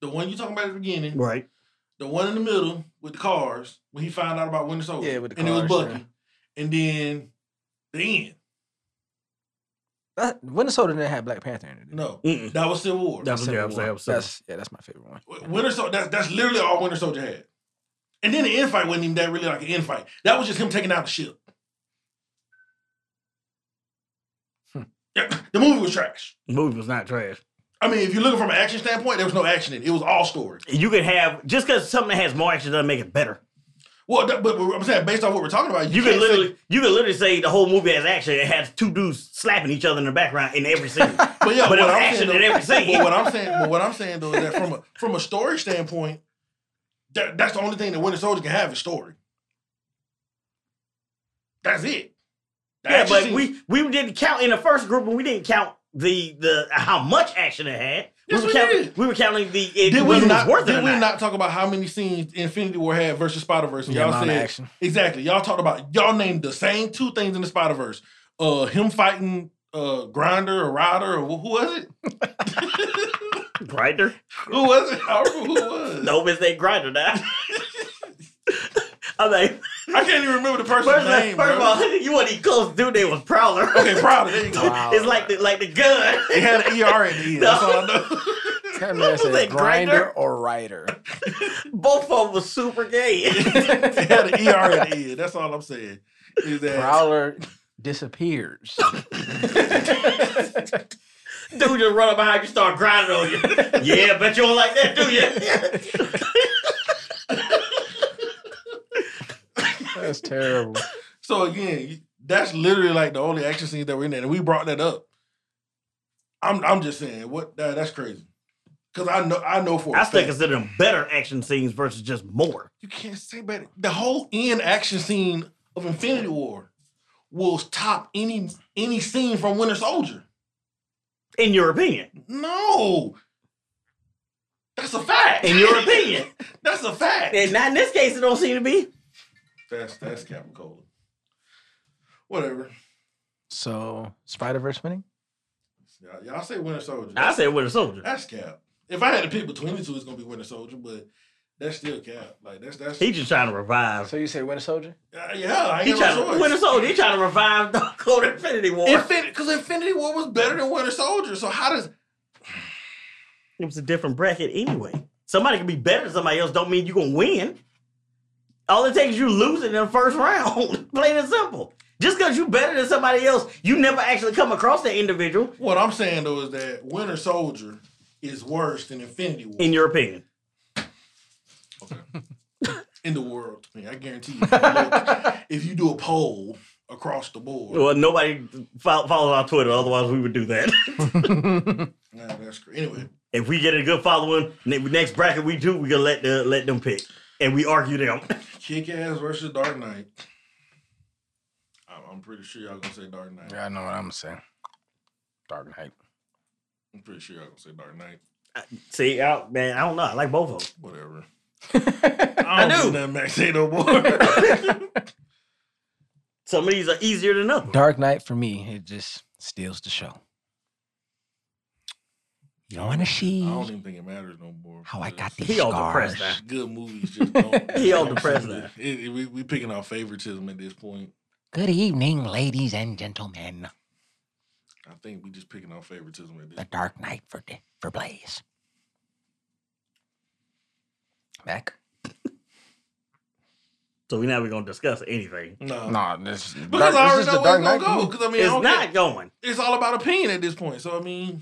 The one you talking about at the beginning, Right. the one in the middle with the cars when he found out about Winter Soldier. Yeah, with the and it was cars, Bucky, and then the end. That, Winter Soldier didn't have Black Panther in it. did it? No, Mm-mm. that was Civil War. That's what yeah, I'm saying. I'm saying. That's yeah, that's my favorite one. Winter Soldier. That's that's literally all Winter Soldier had. And then the infight wasn't even that really like an infight. That was just him taking out the ship. Hmm. Yeah, the movie was trash. The movie was not trash. I mean, if you're looking from an action standpoint, there was no action in it. It was all story. You could have just because something has more action doesn't make it better. Well, that, but, but I'm saying based on what we're talking about, you, You could can't say- literally, you could literally say the whole movie has action. It has two dudes slapping each other in the background in [laughs] every scene. but [laughs] yeah, but it what was I'm action saying, in though- every scene. But what I'm saying, but what I'm saying though is that from a from a story standpoint, that, that's the only thing that Winter Soldier can have is story. That's it. The yeah, action but scenes- we we didn't count in the first group, and we didn't count the the how much action it had. Yes, were we counting, did. we were counting the it, Did we whether not? it was worth it did or we not. not talk about how many scenes Infinity War had versus Spider Verse? Yeah, Y'all amount said of action. [laughs] exactly. Y'all talked about y'all named the same two things in the Spider Verse. Uh, him fighting uh Grinder or Ryder or who was it? Grinder? [laughs] who was it? I don't remember who it [laughs] was. No, it's ain't [laughs] grinder now. [laughs] I'm like, I can't even remember the person's first, of- name. first of bro. all, [laughs] you weren't even close. Dude, they was prowler. [laughs] okay, probably. There you go. Wow. [laughs] it's like the like [laughs] the gun. It had an ER at the end. [laughs] That's all I know. [laughs] That man Was it said Grindr? grinder or writer. Both of them was super gay. [laughs] it had an ER at the end. That's all I'm saying. Is that Prowler disappears. Dude just run up behind you, start grinding on you. yeah, bet you don't like that, do you? That's terrible. So again, you- that's literally like the only action scenes that were in there, and we brought that up. I'm I'm just saying what that, that's crazy, because I know I know for a I still fact- consider them better action scenes versus just more. you can't say better. The whole end action scene of Infinity War will top any any scene from Winter Soldier. In your opinion, No, that's a fact. in your opinion, [laughs] that's a fact. and not in this case, it don't seem to be. That's that's Captain Cola. Whatever. So Spider Verse winning? Y'all, y'all say Winter Soldier. I said with a soldier. That's cap. If I had to pick between the two, it's gonna be Winter Soldier, but that's still cap. Like that's that's He just trying to revive. So you say Winter Soldier? Uh, yeah. I He ain't got trying no to choice. Winter Soldier. He trying to revive the Cold Infinity War. Infinity, because Infinity War was better than Winter Soldier. So how does It was a different bracket anyway. Somebody can be better than somebody else. Don't mean you gonna win. All it takes is you losing in the first round. [laughs] Plain and simple. Just because you better than somebody else, you never actually come across that individual. what I'm saying though is that Winter Soldier is worse than Infinity War In your opinion, [laughs] in the world. I, mean, I guarantee you. Look, [laughs] if you do a poll across the board, well, nobody fo- follows our Twitter. Otherwise, we would do that. [laughs] nah, that's crazy. Anyway, if we get a good following, ne- next bracket we do, we gonna let the, let them pick, and we argue them. Kick Ass versus Dark Knight. I'm, I'm pretty sure y'all gonna say Dark Knight. Yeah, I know what I'm saying. Dark Knight. I'm pretty sure y'all gonna say Dark Knight. [laughs] See, I, man, I don't know. I like both of them. Whatever. [laughs] I don't do. do nothing back say no [laughs] more. Some of these are easier than others. Dark Knight for me, it just steals the show. You don't want to see I don't even think it matters no more. how I got because these He all depressed scars. now. good movies just [laughs] don't. He all don't depressed do now. that. It, it- we, we picking our favoritism at this point. Good evening, ladies and gentlemen. I think we just picking our favoritism at this. The point. Dark Knight for Di- for Blaze. Back. So we now we're gonna discuss anything. No, Nah, [laughs] this because Oh. I already know where it's gonna go. Knight. Because I mean, I It's don't not care. going. It's all about opinion at this point. So I mean,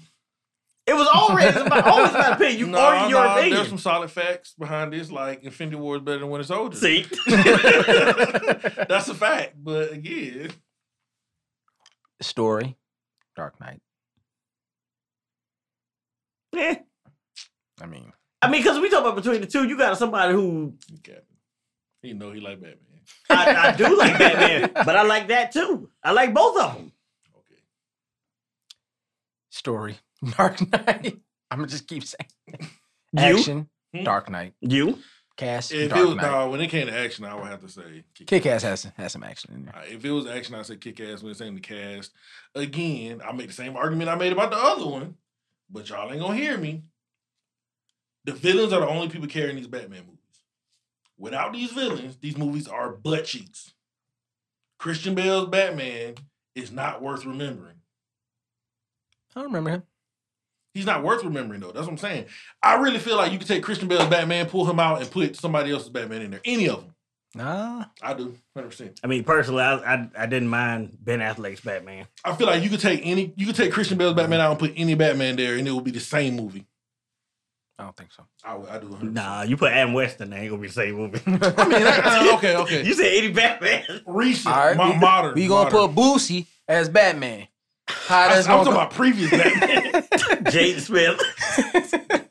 It was already it's about, always about [laughs] opinion. You nah, argue your nah, There's some opinion. solid facts behind this. Like Infinity War is better than Winter Soldier. See, [laughs] [laughs] that's a fact. But again, Story. Dark Knight. Eh. I mean, [laughs] I mean, because we talk about between the two, you got somebody who he Captain. He know he like Batman. I, I do like Batman, but I like that too. I like both of them. Okay. Story. [laughs] Dark Knight. I'm gonna just keep saying. You, Action. Dark Knight. you, Cast. Hmm? If Dark it was uh, Knight. nah, when it came to action, I would have to say Kick Kick ass has, has some action in there. Uh, If it was action, I said kick ass when it's in the cast. Again, I make the same argument I made about the other one, but y'all ain't gonna hear me. The villains are the only people carrying these Batman movies. Without these villains, these movies are butt cheeks. Christian Bale's Batman is not worth remembering. I don't remember him. He's not worth remembering though. That's what I'm saying. I really feel like you could take Christian Bale's Batman, pull him out, and put somebody else's Batman in there. Any of them, Nah. I do 100. percent I mean, personally, I, I I didn't mind Ben Affleck's Batman. I feel like you could take any, you could take Christian Bale's Batman out and put any Batman there, and it would be the same movie. I don't think so. I, would- I do. 100%. Nah, you put Adam West in there, ain't gonna be the same movie. I mean, [laughs] I- I- okay, okay. [laughs] you said any Batman? [laughs] Recent, All right, mo- we go- modern. We gonna modern. put Boosie as Batman. How I, am that's talking gonna go? about previous [laughs] Batman. Jaden Smith.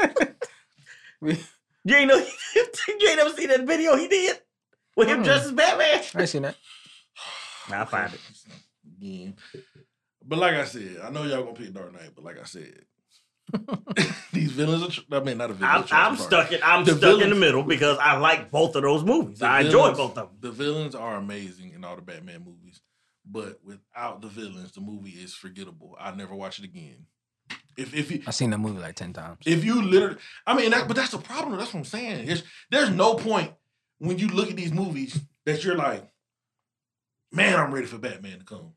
We- you ain't know. [laughs] you ain't ever seen that video he did with him Mm. Hmm. dressed as Batman. I ain't seen that. Nah, I find it. Again. But like I said, I know y'all gonna pick Dark Knight, but like I said, [laughs] these villains are. Tr- I mean, not a villain. I'm, I'm stuck in. I'm The stuck in the villains- middle because I like both of those movies. I enjoy both of them. The villains are amazing in all the Batman movies, but without the villains, the movie is forgettable. I never watch it again. If if you, I've seen that movie like ten times. If you literally, I mean, that, but that's the problem. That's what I'm saying. It's, there's no point when you look at these movies that you're like, man, I'm ready for Batman to come.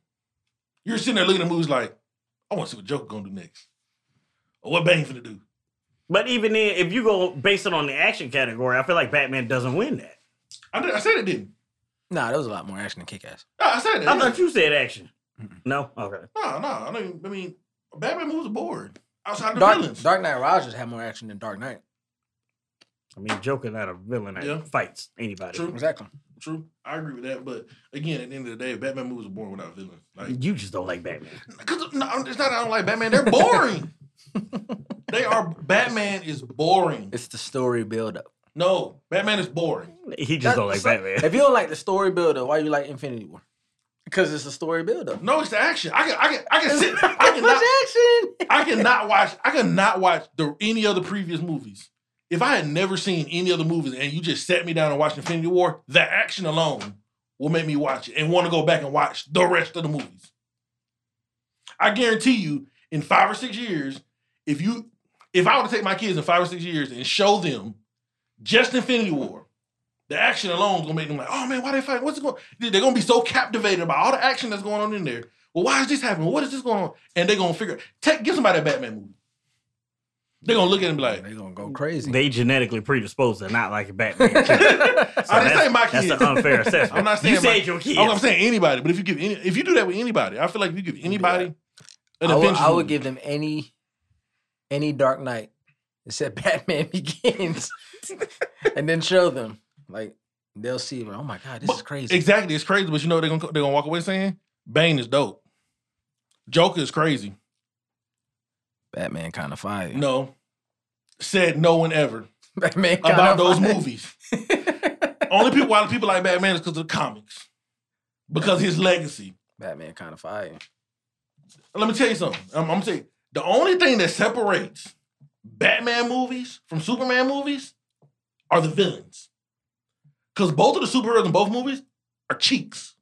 You're sitting there looking at movies like, I want to see what Joker gonna do next, or what Bane finna do. But even then, if you go based it on the action category, I feel like Batman doesn't win that. I, did, I said it didn't. Nah, there was a lot more action than Kick Ass. No, I said it. I thought you said action. Mm-mm. No, okay. No, no. I don't. Even, I mean, Batman movies are boring outside the Dark, villains. Dark Knight Rises had more action than Dark Knight. I mean, Joker not a villain that Yeah. fights anybody. True. Exactly. True, I agree with that. But again, at the end of the day, Batman movies are boring without villains. Like You just don't like Batman. Cause no, it's not. I don't like Batman. They're boring. they are. Batman is boring. It's the story build up. No, Batman is boring. He just don't like That's- Batman. If you don't like the story build up, why you like Infinity War? Because it's a story build up. No, it's the action. I can. I can. I can sit. I [laughs] It's cannot. much action. I cannot watch. I cannot watch the any other previous movies. If I had never seen any other movies and you just sat me down and watched Infinity War, the action alone will make me watch it and want to go back and watch the rest of the movies. I guarantee you, in five or six years, if you if I were to take my kids in five or six years and show them just Infinity War, the action alone is gonna make them like, oh man, why they fighting? What's going? They're gonna be so captivated by all the action that's going on in there. Well, why is this happening? What is this going on? And they're gonna figure. Take give somebody a Batman movie. They're gonna look at it and be like, They're gonna go crazy. They genetically predisposed to not liking [laughs] Batman. [laughs] So I didn't that's- say my That's kids. [laughs] an unfair assessment. I'm not saying you my- said your kids. Oh, I'm saying anybody, but if you give any, if you do that with anybody, I feel like if you give anybody an I would, Avengers, I would movie, give them any any Dark Knight except [laughs] Batman [laughs] Begins, and then show them like they'll see. like, Oh my god, this But- is crazy. exactly. It's crazy, but you know what they're gonna they're gonna walk away saying Bane is dope, Joker is crazy. Batman kind of fire. [laughs] No, said no one ever Batman kinda about those fire. [laughs] movies. Only people why the people like Batman is because of the comics. because his legacy. Batman kind of fire. Let me tell you something. I'm, I'm gonna tell you the only thing that separates Batman movies from Superman movies are the villains. Because both of the superheroes in both movies [laughs] are cheeks.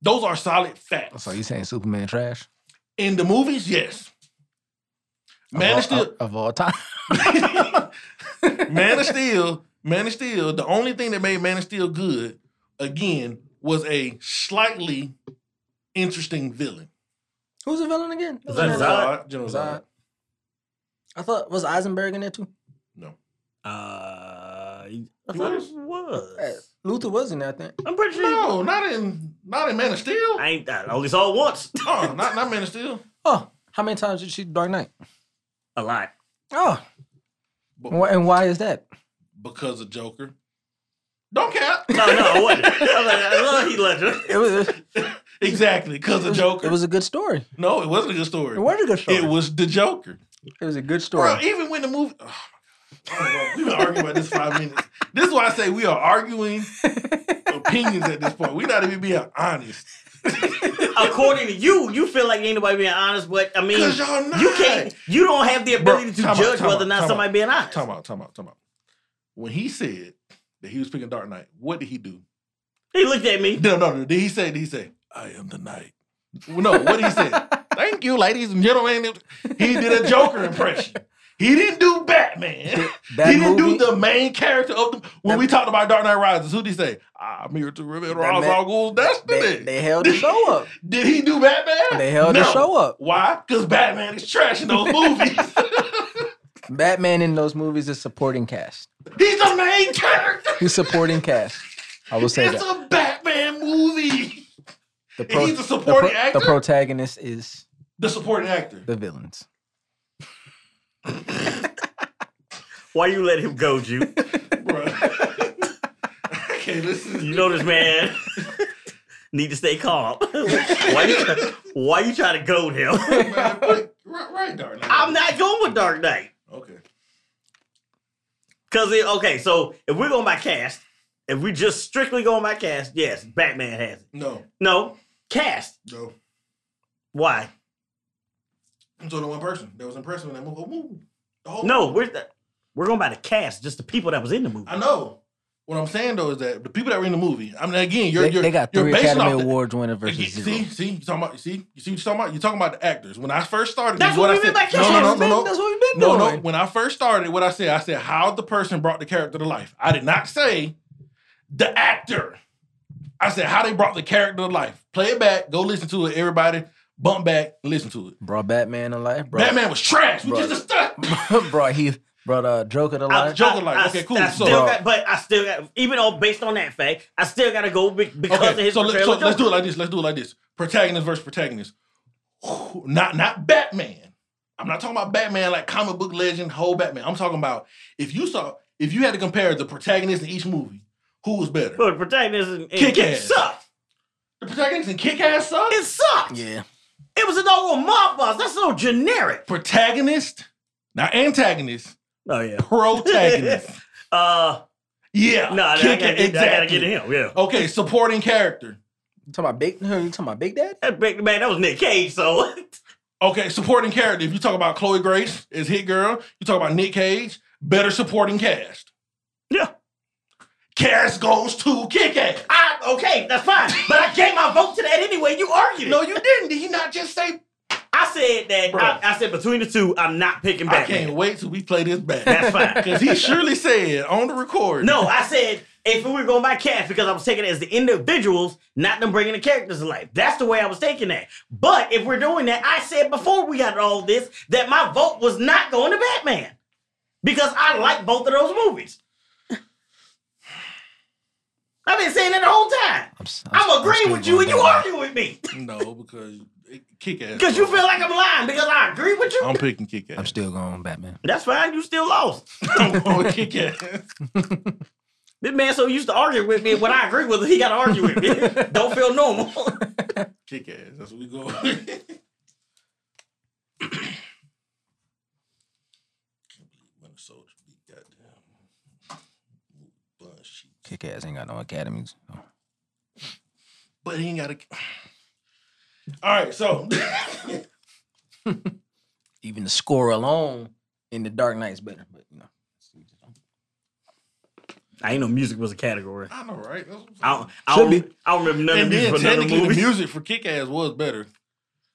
Those are solid facts. So you saying Superman trash? in the movies, yes. Of Man all- of Steel. of, of all time. [laughs] Man of Steel, Man of Steel, the only thing that made Man of Steel good, again, was a slightly interesting villain. [laughs] Who's the villain again? Is that General Zod? General Zod. Zod. I thought was Eisenberg in there too. No. Uh, I he thought was. was. Luther was in there, I think. I'm pretty sure. he- No, not in not in Man of Steel. I ain't. I only saw it once. [laughs] Oh, not not Man of Steel. Oh, how many times did she do Dark Knight? A lot. Oh, But and why, and why [laughs] is that? [laughs] because of Joker. Don't cap. [laughs] No, no, it wasn't. I, was like, I love Heath Ledger. It was, exactly, because it of was- Joker. It was a good story. no, it wasn't a good story. It was a good story. It was the Joker. It was a good story. Bro, even when the movie. Oh my God. We've been arguing about this five minutes. This is why I say we are [laughs] arguing opinions at this point. We're not even being honest. According to you, you feel like ain't nobody being honest, but I mean, Because y'all not. you can't. You don't have the Bro, ability to time out, judge time whether or out, not time out. somebody being honest. Time out, time out, time out. When he said that he was picking Dark Knight, what did he do? He looked at me. No, no, no. Did he say, did he say, I am the knight? Well, No, what did he [laughs] say? Thank you, ladies and gentlemen. He did a Joker impression. He didn't do Batman. that he didn't movie- do the main character of the. When That- we talked about Dark Knight Rises, who did he say? I'm here to reveal That Ra's man- al Ghul's They, destiny. they held the show up. did he do Batman? They held the No. show up. Why? Because Batman is trash in those [laughs] movies. Batman in those movies is supporting cast. He's the main character. He's supporting cast. I will say It's that. a Batman movie. The and he's a supporting the, actor? the protagonist is The supporting actor. the villains. Why you let him go, Jew? Bruh. [laughs] I can't listen. You know this man [laughs] need to stay calm. [laughs] why you why you trying to goad him? [laughs] [laughs] Man, put- right, right, Dark Knight. I'm not going with Dark Knight. Okay. Cause it, okay, so if we're going by cast, if we just strictly going by cast, yes, Batman has it. No, No, cast. no. Why? I'm talking to one person that was impressive in that movie. Ooh, the whole- No, we're we're going by the cast, just the people that was in the movie. I know. What I'm saying though is that the people that were in the movie, I mean, again, you're They, you're, they got you're three basing off Academy the- Awards winner versus You zero. See, see, you talking about, you see, you see what you're talking about. You're talking about the actors. When I first started, That's this is what I we meant said. by no, cast. no, no, That's no, no, been- That's what we've been no, no. doing. When I first started, what I said, I said how the person brought the character to life. I did not say the actor. I said how they brought the character to life. Play it back. Go listen to it. Everybody, bump back, and listen to it. Brought Batman to life. Brought, Batman was trash. We Bro. just discussed. [laughs] brought Heath. Brought uh, Joker to I, life. Joker I- like, I- okay, cool, I so- still got, but I still got, even though based on that fact, I still got to go be- because of Okay, his so, let, portrayal so of let's do it Joker. like this. Let's do it like this. Protagonist versus protagonist. Whew, Not not Batman. I'm not talking about Batman like comic book legend, whole Batman. I'm talking about if you saw if you had to compare the protagonist in each movie, who was better? But the protagonist and, and Kick it ass. sucked. The protagonist in Kick Ass sucked. It sucked. Yeah. It was an old mob boss. That's so generic. Protagonist, not antagonist. Oh yeah. [laughs] Protagonist. Uh, yeah. no, nah, I, Kick gotta Ass- get- I gotta get to him. Yeah. Okay, supporting character. Talking about big. You talking about Big Dad? That big man, that was Nick Cage. So [laughs] Okay, supporting character. If you talk about Chloe Grace as Hit Girl, you talk about Nick Cage, better supporting cast. yeah. Cast goes to Kick Ass. I okay, that's fine. But I gave my vote to that anyway. You argued. No, No, you didn't. Did he not just say? I said that. Bruh. I, I said between the two, I'm not picking I Batman. can't wait till we play this back. That's [laughs] fine. Because he surely said on the record. No, I said if we were going by cast because I was taking it as the individuals, not them bringing the characters to life. That's the way I was taking that. But if we're doing that, I said before we got all this that my vote was not going to Batman because I like both of those movies. I've been saying that the whole time. I'm, s- I'm I'm, s- I'm agreeing still with going you and you Batman. argue with me [laughs] no, because Kick Ass. because you feel like I'm lying because I agree with you. I'm picking Kick I'm [laughs] Ass. still going Batman. That's fine. You still lost. I'm going with Kick Ass. This man so used to argue with me when I agree with him, he got to argue with [laughs] me. Don't feel normal. Kick Ass. That's what we go. [laughs] Minnesota beat goddamn. Bun sheets. Kick ass ain't got no academies. so. But he ain't got a. [sighs] All right, [laughs] so Even the score alone in the Dark Knight's better, but you know. I ain't know music was a category. I know, right? That's what I'm I don't, I Should don't, I don't remember none of and the then music for another technically, the movie. music for Kick Ass was better.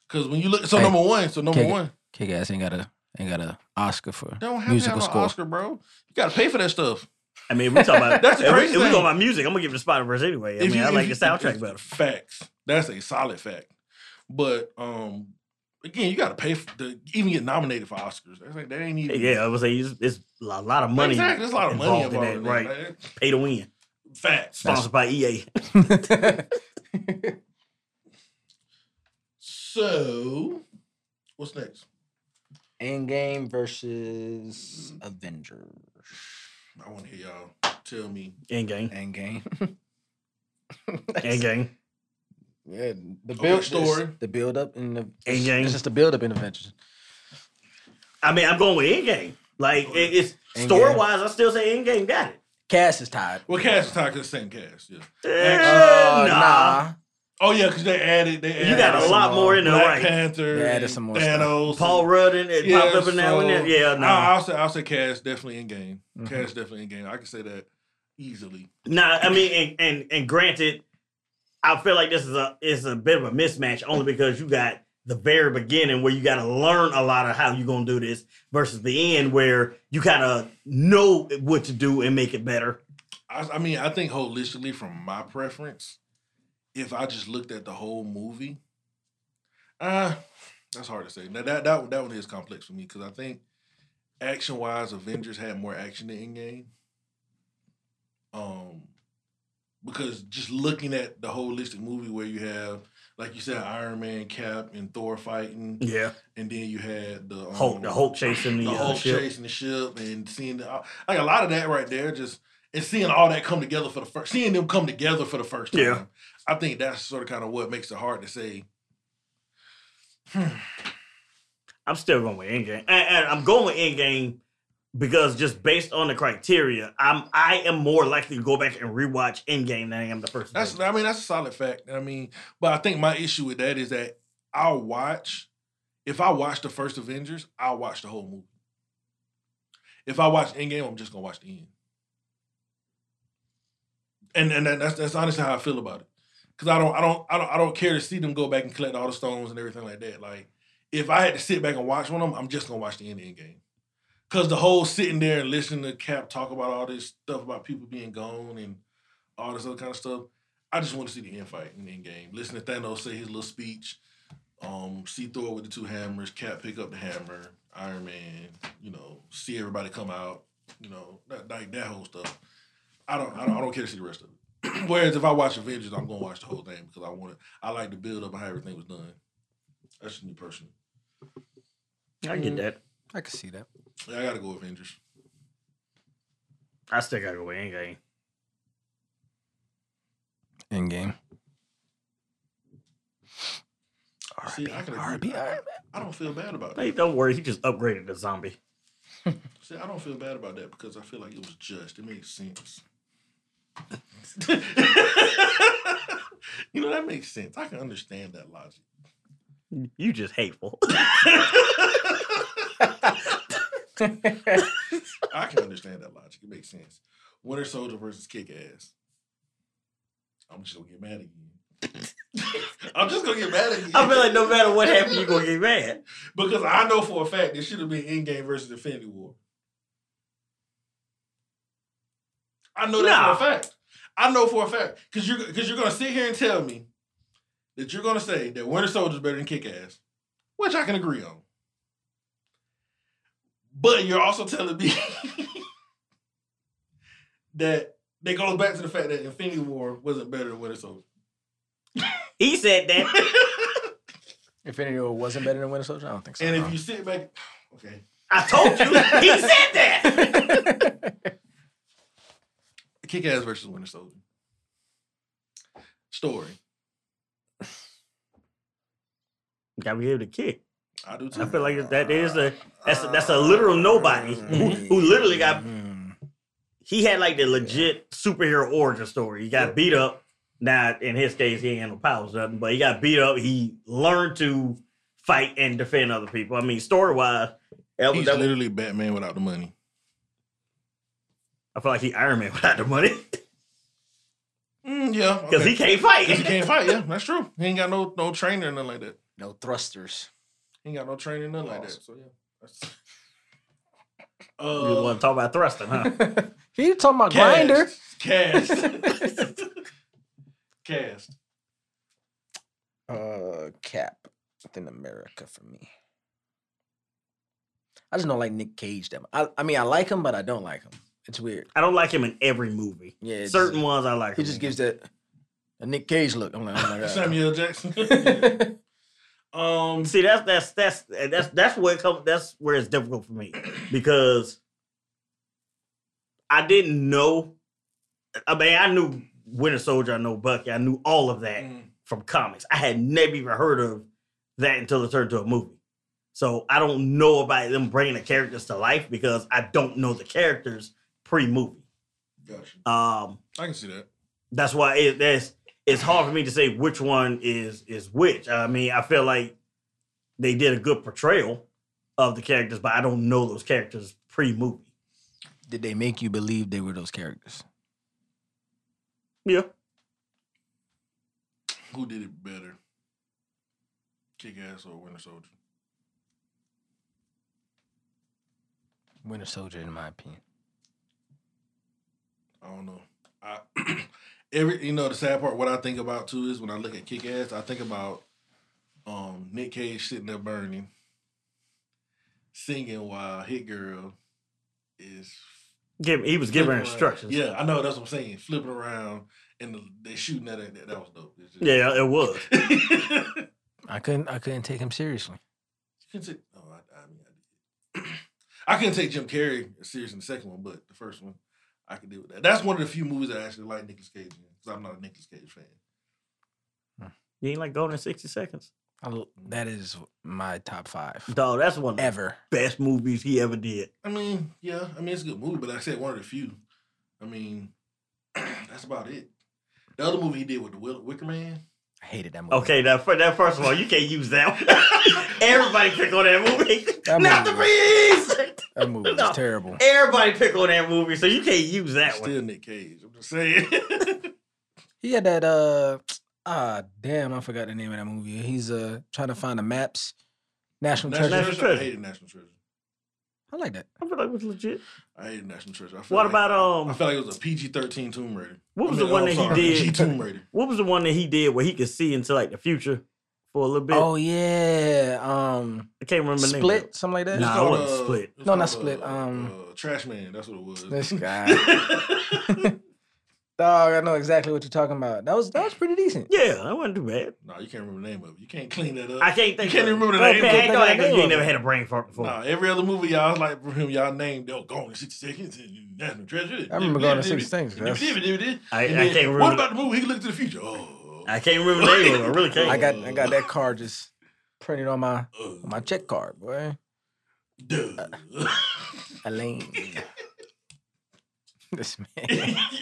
Cause when you look, so Hey, number one, so number Kick- one, Kick ass ain't got a ain't got a Oscar for don't have musical to have an score. Oscar, bro. You gotta pay for that stuff. I mean, if we [laughs] talk about That's the if we- crazy If we thing. talk about music, I'm gonna give it a spot verse anyway. If I mean, you- I if like you- the [laughs] soundtrack if- better. Facts. That's a solid fact. But um, again, you gotta pay for to even get nominated for Oscars. That's like that ain't even Yeah, I would say it's, it's a lot of money. Exactly, there's a lot of money involved, that, in right? that, man. Pay to win. Facts. Sponsored by E EA. So, what's next? [laughs] Endgame versus Avengers. I want to hear y'all tell me. Endgame. Endgame. [laughs] Endgame. Yeah, the Okay, build story. story, the build up, and the it's, Endgame. it's just the build up in Avengers. I mean, I'm going with Endgame. Like it, it's Endgame. story wise, I still say Endgame got it. Cass is tied. Well, cast is talking the same cast. Yeah. Eh, Uh, nah. nah. Oh yeah, because they added. They added You got a some lot Some more in there, Black right? Panther. They added and some more stuff. Thanos. and- Paul Rudd and it popped up in that one. so- Yeah, no. Nah, I'll say I'll say Cash definitely in game. Mhm. Cash definitely in game. I can say that easily. Nah, I mean, and, and and granted, I feel like this is a it's a bit of a mismatch only because you got the very beginning where you got to learn a lot of how you're gonna do this versus the end where you kind of know what to do and make it better. I, I mean, I think holistically, from my preference, if I just looked at the whole movie, uh, that's hard to say. Now that that that one is complex for me because I think action wise, Avengers had more action than Endgame. Um, because just looking at the holistic movie where you have, like you said, Iron Man, Cap, and Thor fighting, Yeah, and then you had the um, Hulk, the Hulk chasing the, the uh, whole ship. chasing the ship and seeing the, like a lot of that right there just and seeing all that come together for the first seeing them come together for the first time Yeah. i think that's sort of kind of what makes it hard to say I'm still going with Endgame, and, and I'm going with Endgame because just based on the criteria, I'm I am more likely to go back and rewatch Endgame than I am the first. that's Avengers. i mean that's a solid fact i mean but i think my issue with that is that i'll watch if i watch the first avengers i'll watch the whole movie if i watch endgame i'm just gonna watch the end and and that- that's that's honestly how i feel about it because I don't, I don't, I don't, I don't care to see them go back and collect all the stones and everything like that. Like, if I had to sit back and watch one of them, I'm just gonna watch the end end game. Cause the whole sitting there and listening to Cap talk about all this stuff about people being gone and all this other kind of stuff, I just want to see the end fight in the end game. Listen to Thanos say his little speech, um, see Thor with the two hammers, Cap pick up the hammer, Iron Man, you know, see everybody come out, you know, that, like that whole stuff. I don't, I don't, I don't care to see the rest of it. [clears throat] Whereas if I watch Avengers, I'm gonna watch the whole thing because I want to. I like the build up and how everything was done. That's just me personally. I get that. I can see that. Yeah, I gotta go Avengers. I still gotta go with Endgame. Endgame. See, I can agree. RB, I, I don't feel bad about that. Hey, don't worry, he just upgraded the zombie. See, I don't feel bad about that because I feel like it was just. It makes sense. [laughs] you know that makes sense. I can understand that logic. You just hateful. I can understand that logic. It makes sense. Winter Soldier versus Kick Ass. I'm just gonna get mad again. [laughs] I'm just gonna get mad again. [laughs] I feel like no matter what happens, you're gonna get mad. because I know for a fact it should have been Endgame versus Infinity War. I know that Nah. for a fact. I know for a fact because you're because you're gonna sit here and tell me that you're gonna say that Winter Soldier's better than Kick Ass, which I can agree on. But you're also telling me [laughs] that that goes back to the fact that Infinity War wasn't better than Winter Soldier. He said that. Infinity War wasn't better than Winter Soldier. I don't think so. and no. Uh-huh. if [laughs] you sit back, [sighs] okay. I told you. He said that. [laughs] Kick Ass versus Winter Soldier. Story. Gotta be able to kick. I do too. Uh, mm. I feel like that is a that's a, that's a literal nobody who, who literally got Mm. he had like the legit superhero origin story. He got Yeah. beat up. Now in his case, he ain't had no powers or nothing, but he got beat up. He learned to fight and defend other people. I mean, story wise, that was, He's that was- literally Batman without the money. I feel like he Iron Man [laughs] without the money Mm, yeah, because he [laughs] can't fight. Because he [laughs] can't fight. Yeah, that's true. He ain't got no no trainer or nothing like that. No thrusters. He ain't got no trainer nothing like that. Awesome. So yeah. That's- [laughs] you Uh, want to talk about thrusting, huh? You talking about cast, grinder? [laughs] Cast. cast. Uh, Cap, within America for me. I just don't like Nick Cage that much. I, I mean, I like him, but I don't like him. It's weird. I don't like him in every movie. Yeah, it's- Certain ones I like. He him just in. gives that a Nick Cage look. I'm like, [laughs] oh my god. Samuel Jackson. [laughs] um, See, that's that's that's that's that's where it comes. That's where it's difficult for me because I didn't know. I mean, I knew Winter Soldier. I know Bucky. I knew all of that mm, from comics. I had never even heard of that until it turned to a movie. So I don't know about them bringing the characters to life because I don't know the characters pre-movie. gotcha. Um, I can see that. that's why it, that's it's hard for me to say which one is is which. I mean, I feel like they did a good portrayal of the characters, but I don't know those characters pre movie. Did they make you believe they were those characters? Yeah, Who did it better? Kick ass or Winter Soldier? Winter Soldier, in my opinion. I don't know. I [clears throat] every you know the sad part. What I think about too is when I look at Kick Ass, I think about um Nick Cage sitting there burning, singing while Hit Girl is Give, he was flipping giving her around. instructions. Yeah, I know that's what I'm saying. Flipping around and the, they shooting at it. That, that was dope. It's just- [laughs] yeah, it was. I couldn't. I couldn't take him seriously. You can take. Oh, I, I mean, I did. [clears throat] I couldn't take Jim Carrey serious in the second one, but the first one, I could deal with that. That's one of the few movies that I actually like Nicolas Cage in because I'm not a Nicolas Cage fan. You ain't like Golden sixty seconds, I l that is my top five dog. That's one of the ever. best movies he ever did. I mean, yeah, I mean it's a good movie, but like I said one of the few. I mean, [clears throat] that's about it. The other movie he did with the Wil- Wicker Man. I hated that movie. Okay, that fir- that first of all, you can't use that. One. [laughs] Everybody pick on that movie. That [laughs] Not movie the bees. that movie was [laughs] No. terrible. Everybody pick on that movie, so you can't use that one. Still Nick Cage. I'm just saying. [laughs] He had that uh ah damn, I forgot the name of that movie. He's uh trying to find the maps. National National Treasure. Treasure. I Treasure. hated National Treasure. I like that. I feel like it was legit. I hated National Treasure. I felt What like- about um? I felt like it was a PG-13 Tomb Raider. What I was mean, the one oh, that sorry, he PG did? Tomb Raider. What was the one that he did where he could see into like the future for a little bit? Oh yeah. Um I can't remember the name. of Split, it. something like that. It's Nah. I called, uh, wouldn't split. it's No, not called, split, um, uh, Trash Man. That's what it was. [laughs] [laughs] [laughs] This guy. guy. Dog, I know exactly what you're talking about. That was that was pretty decent. Yeah, that wasn't too bad. nah, you can't remember the name of it. You can't clean that up. I can't think. you can't of it. remember the Bro, name man, of ain't it. no Think act like of you it. ain't never had a brain fart before. Nah, every other movie y'all was like for him, y'all named they'll go in sixty seconds and National Treasure. I remember going to six things. 'cause that's- I, I And can't then, remember. What about the movie? He looked to the future. Oh, I can't remember the name of it. I really can't. I got I got [laughs] that card just printed on my uh, my check card, boy. duh. [laughs] Elaine. [laughs] this [laughs] man.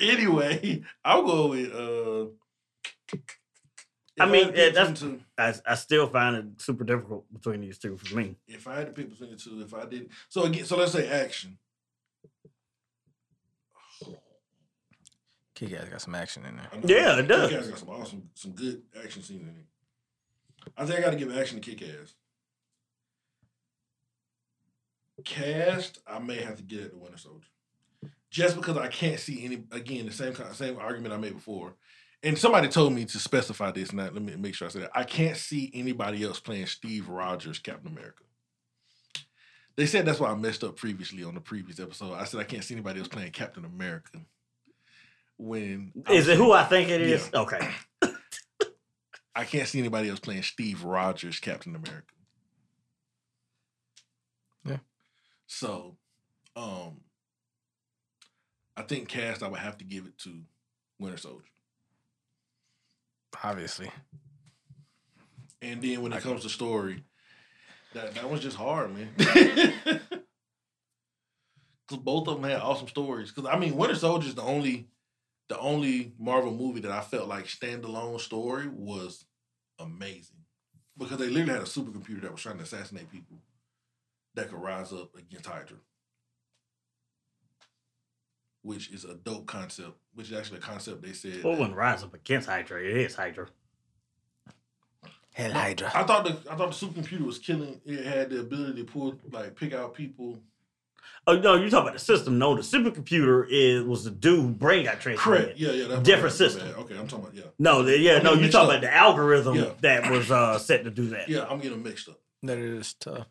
anyway, I'll go with. Uh, I if had mean, to yeah, pick that's- between two- I, I still find it super difficult between these two for me. If I had to pick between the two, if I did, so again, so let's say action. Kick ass got some action in there. I know Yeah, it does. Kick-Ass got some awesome, some good action scenes in it. I think I got to give action to Kick Ass. Cast, I may have to get at the Winter Soldier, just because I can't see any. Again, the same kind, same argument I made before, and somebody told me to specify this. Now let me make sure I said that. I can't see anybody else playing Steve Rogers, Captain America. They said that's why I messed up previously on the previous episode. I said I can't see anybody else playing Captain America. When I Is was it saying- who I think it is? Okay. I can't see anybody else playing Steve Rogers, Captain America. Yeah. So, um, I think cast I would have to give it to Winter Soldier. Obviously. And then when it comes to story, that that was just hard, man. because both of them had awesome stories. Because I mean, Winter Soldier is the only, the only Marvel movie that I felt like standalone story was amazing because they literally had a supercomputer that was trying to assassinate people that could rise up against Hydra, which is a dope concept. Which is actually a concept they said. Well, that- it wouldn't rise up against Hydra. It is Hydra. Hell Hydra. I thought the I thought the supercomputer was killing. It had the ability to pull like pick out people. Oh no, you talking about the system? No, the supercomputer is was the dude brain got transmitted. Correct. Yeah, yeah. That's Different that's system. bad. Okay, I'm talking about yeah. No, the, yeah, I'm no, gonna you mix talking up. about the algorithm Yeah. that was uh, set to do that. Yeah, I'm getting them mixed up. That is tough.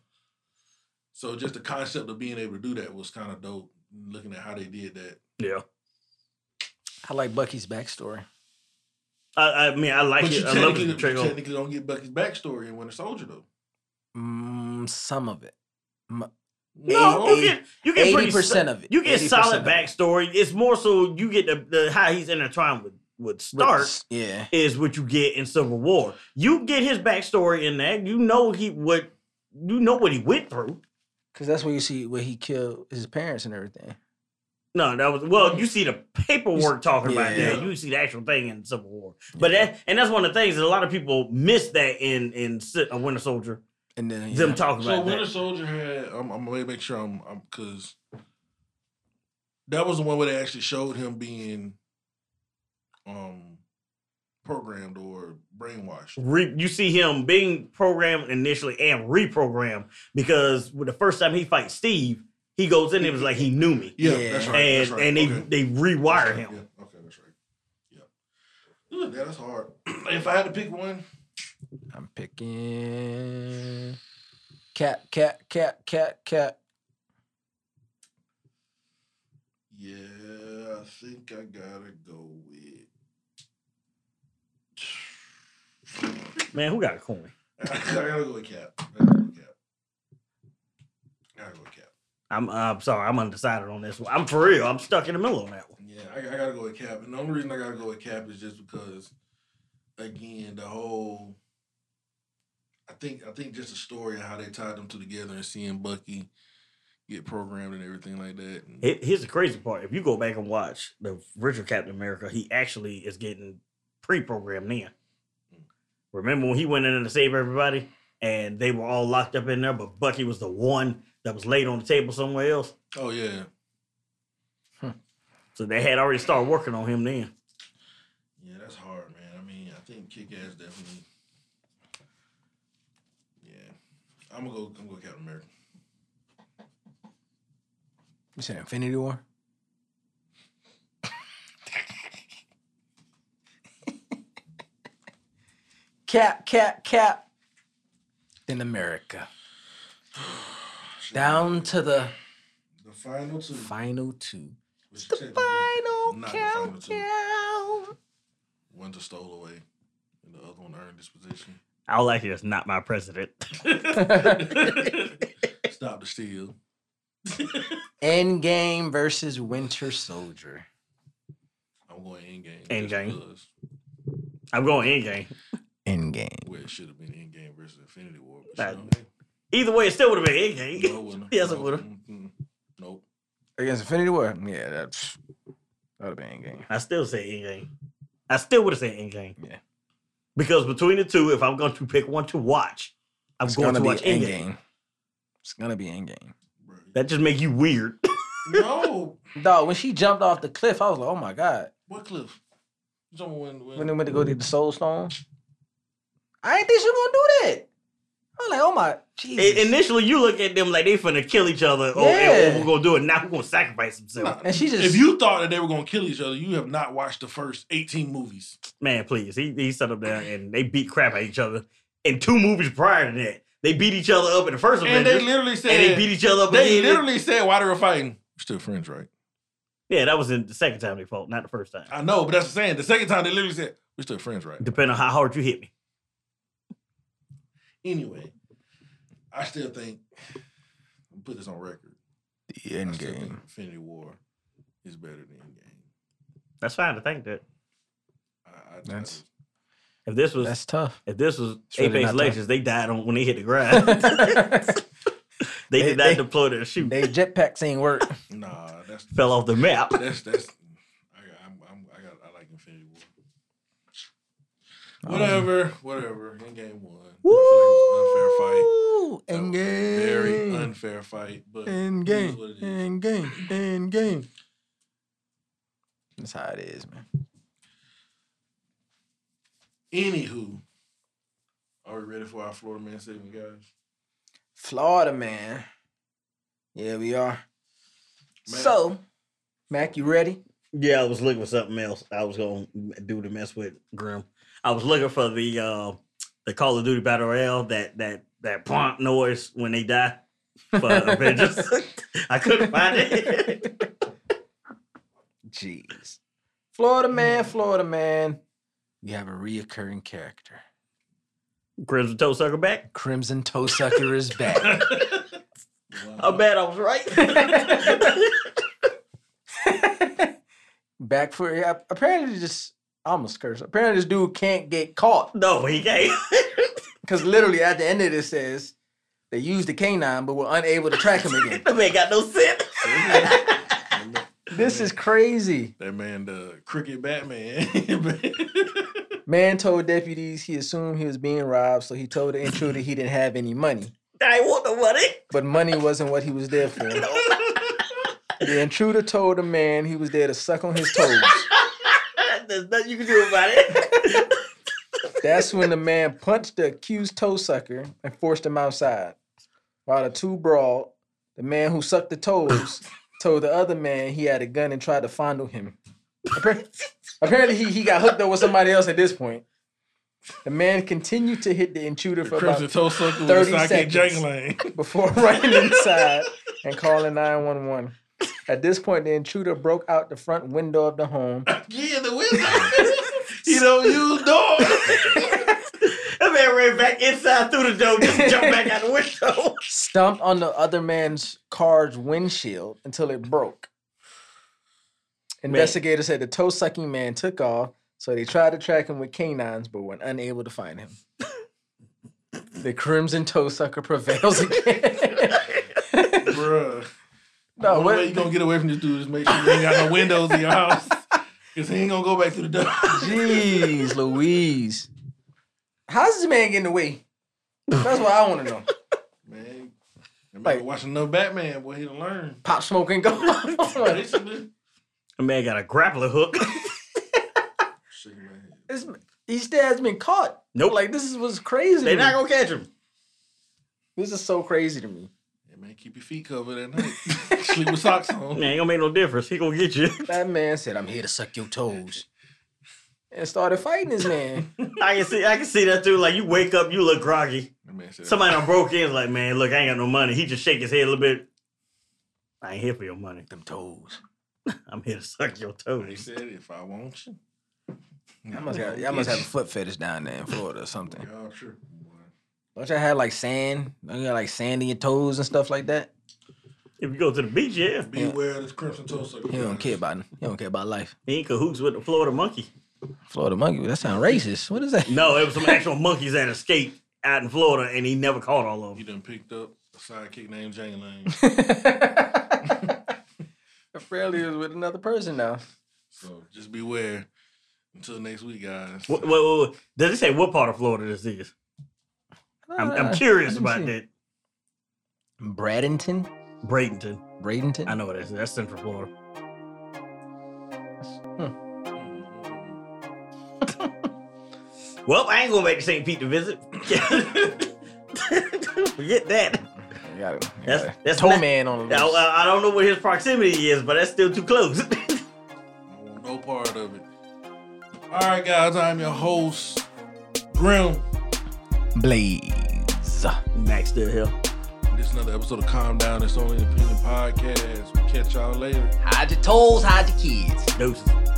So just the concept of being able to do that was kind of dope. Looking at how they did that. yeah. I like Bucky's backstory. I, I mean, I like but you it. I love technically, it. you portrayal. technically don't get Bucky's backstory in Winter Soldier though. Mm, some of it. no, Eight- you get you get Eighty pretty percent of it. You get 80% solid of it. backstory. It's more so you get the, the how he's intertwined with with With Stark s- Yeah. is what you get in Civil War. You get his backstory in that. You know he what you know what he went through. Cause that's where you see where he killed his parents and everything. No, that was well. You see the paperwork talking about yeah. that. You see the actual thing in Civil War. But that and that's one of the things that a lot of people miss that in in Si- uh, Winter Soldier. And then yeah. Them talking So about Winter that. Soldier had. I'm, I'm gonna make sure I'm because that was the one where they actually showed him being um programmed or brainwashed. Re, you see him being programmed initially and reprogrammed because with the first time he fights Steve, he goes in and was like he knew me. Yeah, Yeah. that's right. and that's right. and they Okay. they rewire That's right, him. Yeah. Okay, that's right. Yeah. Ooh, yeah, that's hard. if I had to pick one, I'm picking Cap, Cap, Cap, Cap, Cap. yeah, I think I gotta go with. Man, who got a coin? I gotta go with Cap. I gotta go with Cap. I gotta go with Cap. I'm uh, I'm sorry, I'm undecided on this one. I'm for real. I'm stuck in the middle on that one. Yeah, I, I gotta go with Cap, and the only reason I gotta go with Cap is just because, again, the whole. I think I think just the story and how they tied them two together and seeing Bucky get programmed and everything like that. and- Here- Here's the crazy part. If you go back and watch the original Captain America, he actually is getting pre-programmed then. Remember when he went in to save everybody and they were all locked up in there, but Bucky was the one that was laid on the table somewhere else. oh yeah, So they had already started working on him then. yeah, that's hard, man. I mean, I think Kick Ass definitely. Yeah, I'm gonna go. I'm gonna go Captain America. You said Infinity War? [laughs] cap, Cap, Cap. In America. Down to the The final two. final two. which The technically final not the final countdown. two. One's a stole away, and the other one earned this position. All I hear is not [laughs] my president. Stop the steal. Endgame versus Winter Soldier. I'm going in game. Endgame. I'm going in game. Endgame. Where it should have been in game versus Infinity War. That- But Either way, it still would have been in game. [laughs] you know, no, it wouldn't. Yes, it No, would've. mm-mm. mm, Nope. Against Infinity War? Yeah, that's that would have been Endgame. I still say Endgame. I still would have said Endgame. Yeah. Because between the two, if I'm going to pick one to watch, I'm It's going gonna to be watch Endgame. Endgame. It's gonna be Endgame. Bro. That just make you weird. no. Dog, when she jumped off the cliff, I was like, oh my God. What cliff? You talking about when, when, When they went to go get the soul stone. I ain't think she gonna do that. I was like, oh my I- Jesus. Initially, you look at them like they finna kill each other. Oh, Yeah. and we're gonna do it now. We're gonna sacrifice themselves. Nah, And she just if you thought that they were gonna kill each other, you have not watched the first 18 movies. Man, please. He he set up there and they beat crap at each other. In two movies prior to that, they beat each other up in the first And they Avengers, literally said and they, they beat each other up again. literally said why they were fighting. We're still friends, right? Yeah, that was in the second time they fought, not the first time. I know, but that's the saying. The second time they literally said, We're still friends, right? Depending on how hard you hit me. Anyway, I still think I'll put this on record. the I still think Infinity War is better than Endgame. That's fine to think that. I, I, That's- If this was That's tough. if this was It's Apex really not tough. [laughs] Legends, they died on when they hit the That's ground. tough. They, did They- not they- deploy their [laughs] shoot. They jetpacks ain't work. Nah, that's Fell off the map. that's that's. I got, I'm, I'm, I got, I like Infinity War. Whatever, whatever. In game one, I Woo! feel like it was an unfair fight. That was a Very unfair fight, but End it is game. what it is. End game. End game. That's how it is, man. Anywho, are we ready for our Florida man segment, guys? Florida man. Yeah, we are. So, Mac, you ready? Yeah, I was looking for something else. I was gonna do to mess with Grim. I was looking for the uh the Call of Duty Battle Royale that that that punk noise when they die for [laughs] Avengers. I couldn't find it. Jeez. Florida man, Florida man. We have a reoccurring character. Crimson Toe Sucker back. Crimson Toe Sucker is [laughs] back. I bet I was [laughs] right. back for yeah, apparently just I almost cursed. Apparently this dude can't get caught. no, he can't. [laughs] Because literally at the end of it it says they used the canine but were unable to track him again. That man got no sense. [laughs] this is crazy. that man, the cricket Batman. [laughs] Man told deputies he assumed he was being robbed, so he told the intruder he didn't have any money. I ain't want no money. [laughs] But money wasn't what he was there for. The intruder told the man he was there to suck on his toes. There's nothing you can do about it. [laughs] That's when the man punched the accused toe sucker and forced him outside. While the two brawled, the man who sucked the toes told the other man he had a gun and tried to fondle him. Appar- Apparently, he, he got hooked up with somebody else at this point. The man continued to hit the intruder for Crimson about Toe Sucker with 30 a sidekick seconds. jangling. before [laughs] running inside and calling 911. At this point, the intruder broke out the front window of the home. [laughs] Yeah, the wizard. he don't use [laughs] doors. That man ran back inside through the door, just jumped back out the window. [laughs] stomped on the other man's car's windshield until it broke. Investigators said the toe sucking man took off, so they tried to track him with canines but were unable to find him. the crimson toe sucker prevails again. [laughs] Bruh. No, No, Only what- way you gonna get away from this dude is make sure you ain't got no windows in your [laughs] house. Cause he ain't gonna go back through the door. [laughs] Jeez Louise. How's this man getting away? That's what I want to know. Man, that Like- man watching enough Batman, boy, he done learned. Pop smoke and go. [laughs] [laughs] Basically. That man got a grappler hook. [laughs] Shit, man. This- he still hasn't been caught. Nope. Like, this is what's crazy. They to me. not gonna catch him. This is so crazy to me. Yeah, man, keep your feet covered at night. Sleep with socks on. [laughs] Man, ain't gonna make no difference. He gonna get you. [laughs] That man said, I'm here to suck your toes. And started fighting this [laughs] man. I can see I can see that too. Like you wake up, you look groggy. That man said, Somebody done broke in, like, man, look, I ain't got no money. He just shake his head a little bit. I ain't here for your money. Them toes. I'm here to suck your he toes. said, if I want you. I must, got, y'all must have a foot fetish down there in Florida or something. Y'all tripping, boy. Don't y'all have like sand? Don't you got like sand in your toes and stuff like that? If you go to the beach, yeah. Beware of this crimson toe sucker. He don't guys. care about he don't care about life. He in cahoots with the Florida monkey. Florida monkey, that sound racist. What [laughs] is that? No, it was some actual monkeys that escaped out in Florida and he never caught all of He them. done picked up a sidekick named Jane Lane. Apparently it was with another person now. So just beware. Until next week, guys. Wait, wait, wait, wait. Does it say what part of Florida this is? I'm, Ah. Uh, I'm curious about that. Bradenton? Bradenton. Bradenton? I know what it is. That's Central Florida. Mm-hmm. Well, I ain't going back to St. Pete to visit. [laughs] Forget that. You gotta- you That's- gotta- that's toe not- man on I, the loose. I- I don't know what his proximity is, but that's still too close. [laughs] I want no part of it. All right, guys. I'm your host, Grim. Blaze. Max still here. This is another episode of Calm Down. It's only an opinion podcast. We catch y'all later. Hide your toes, hide your kids. Doses.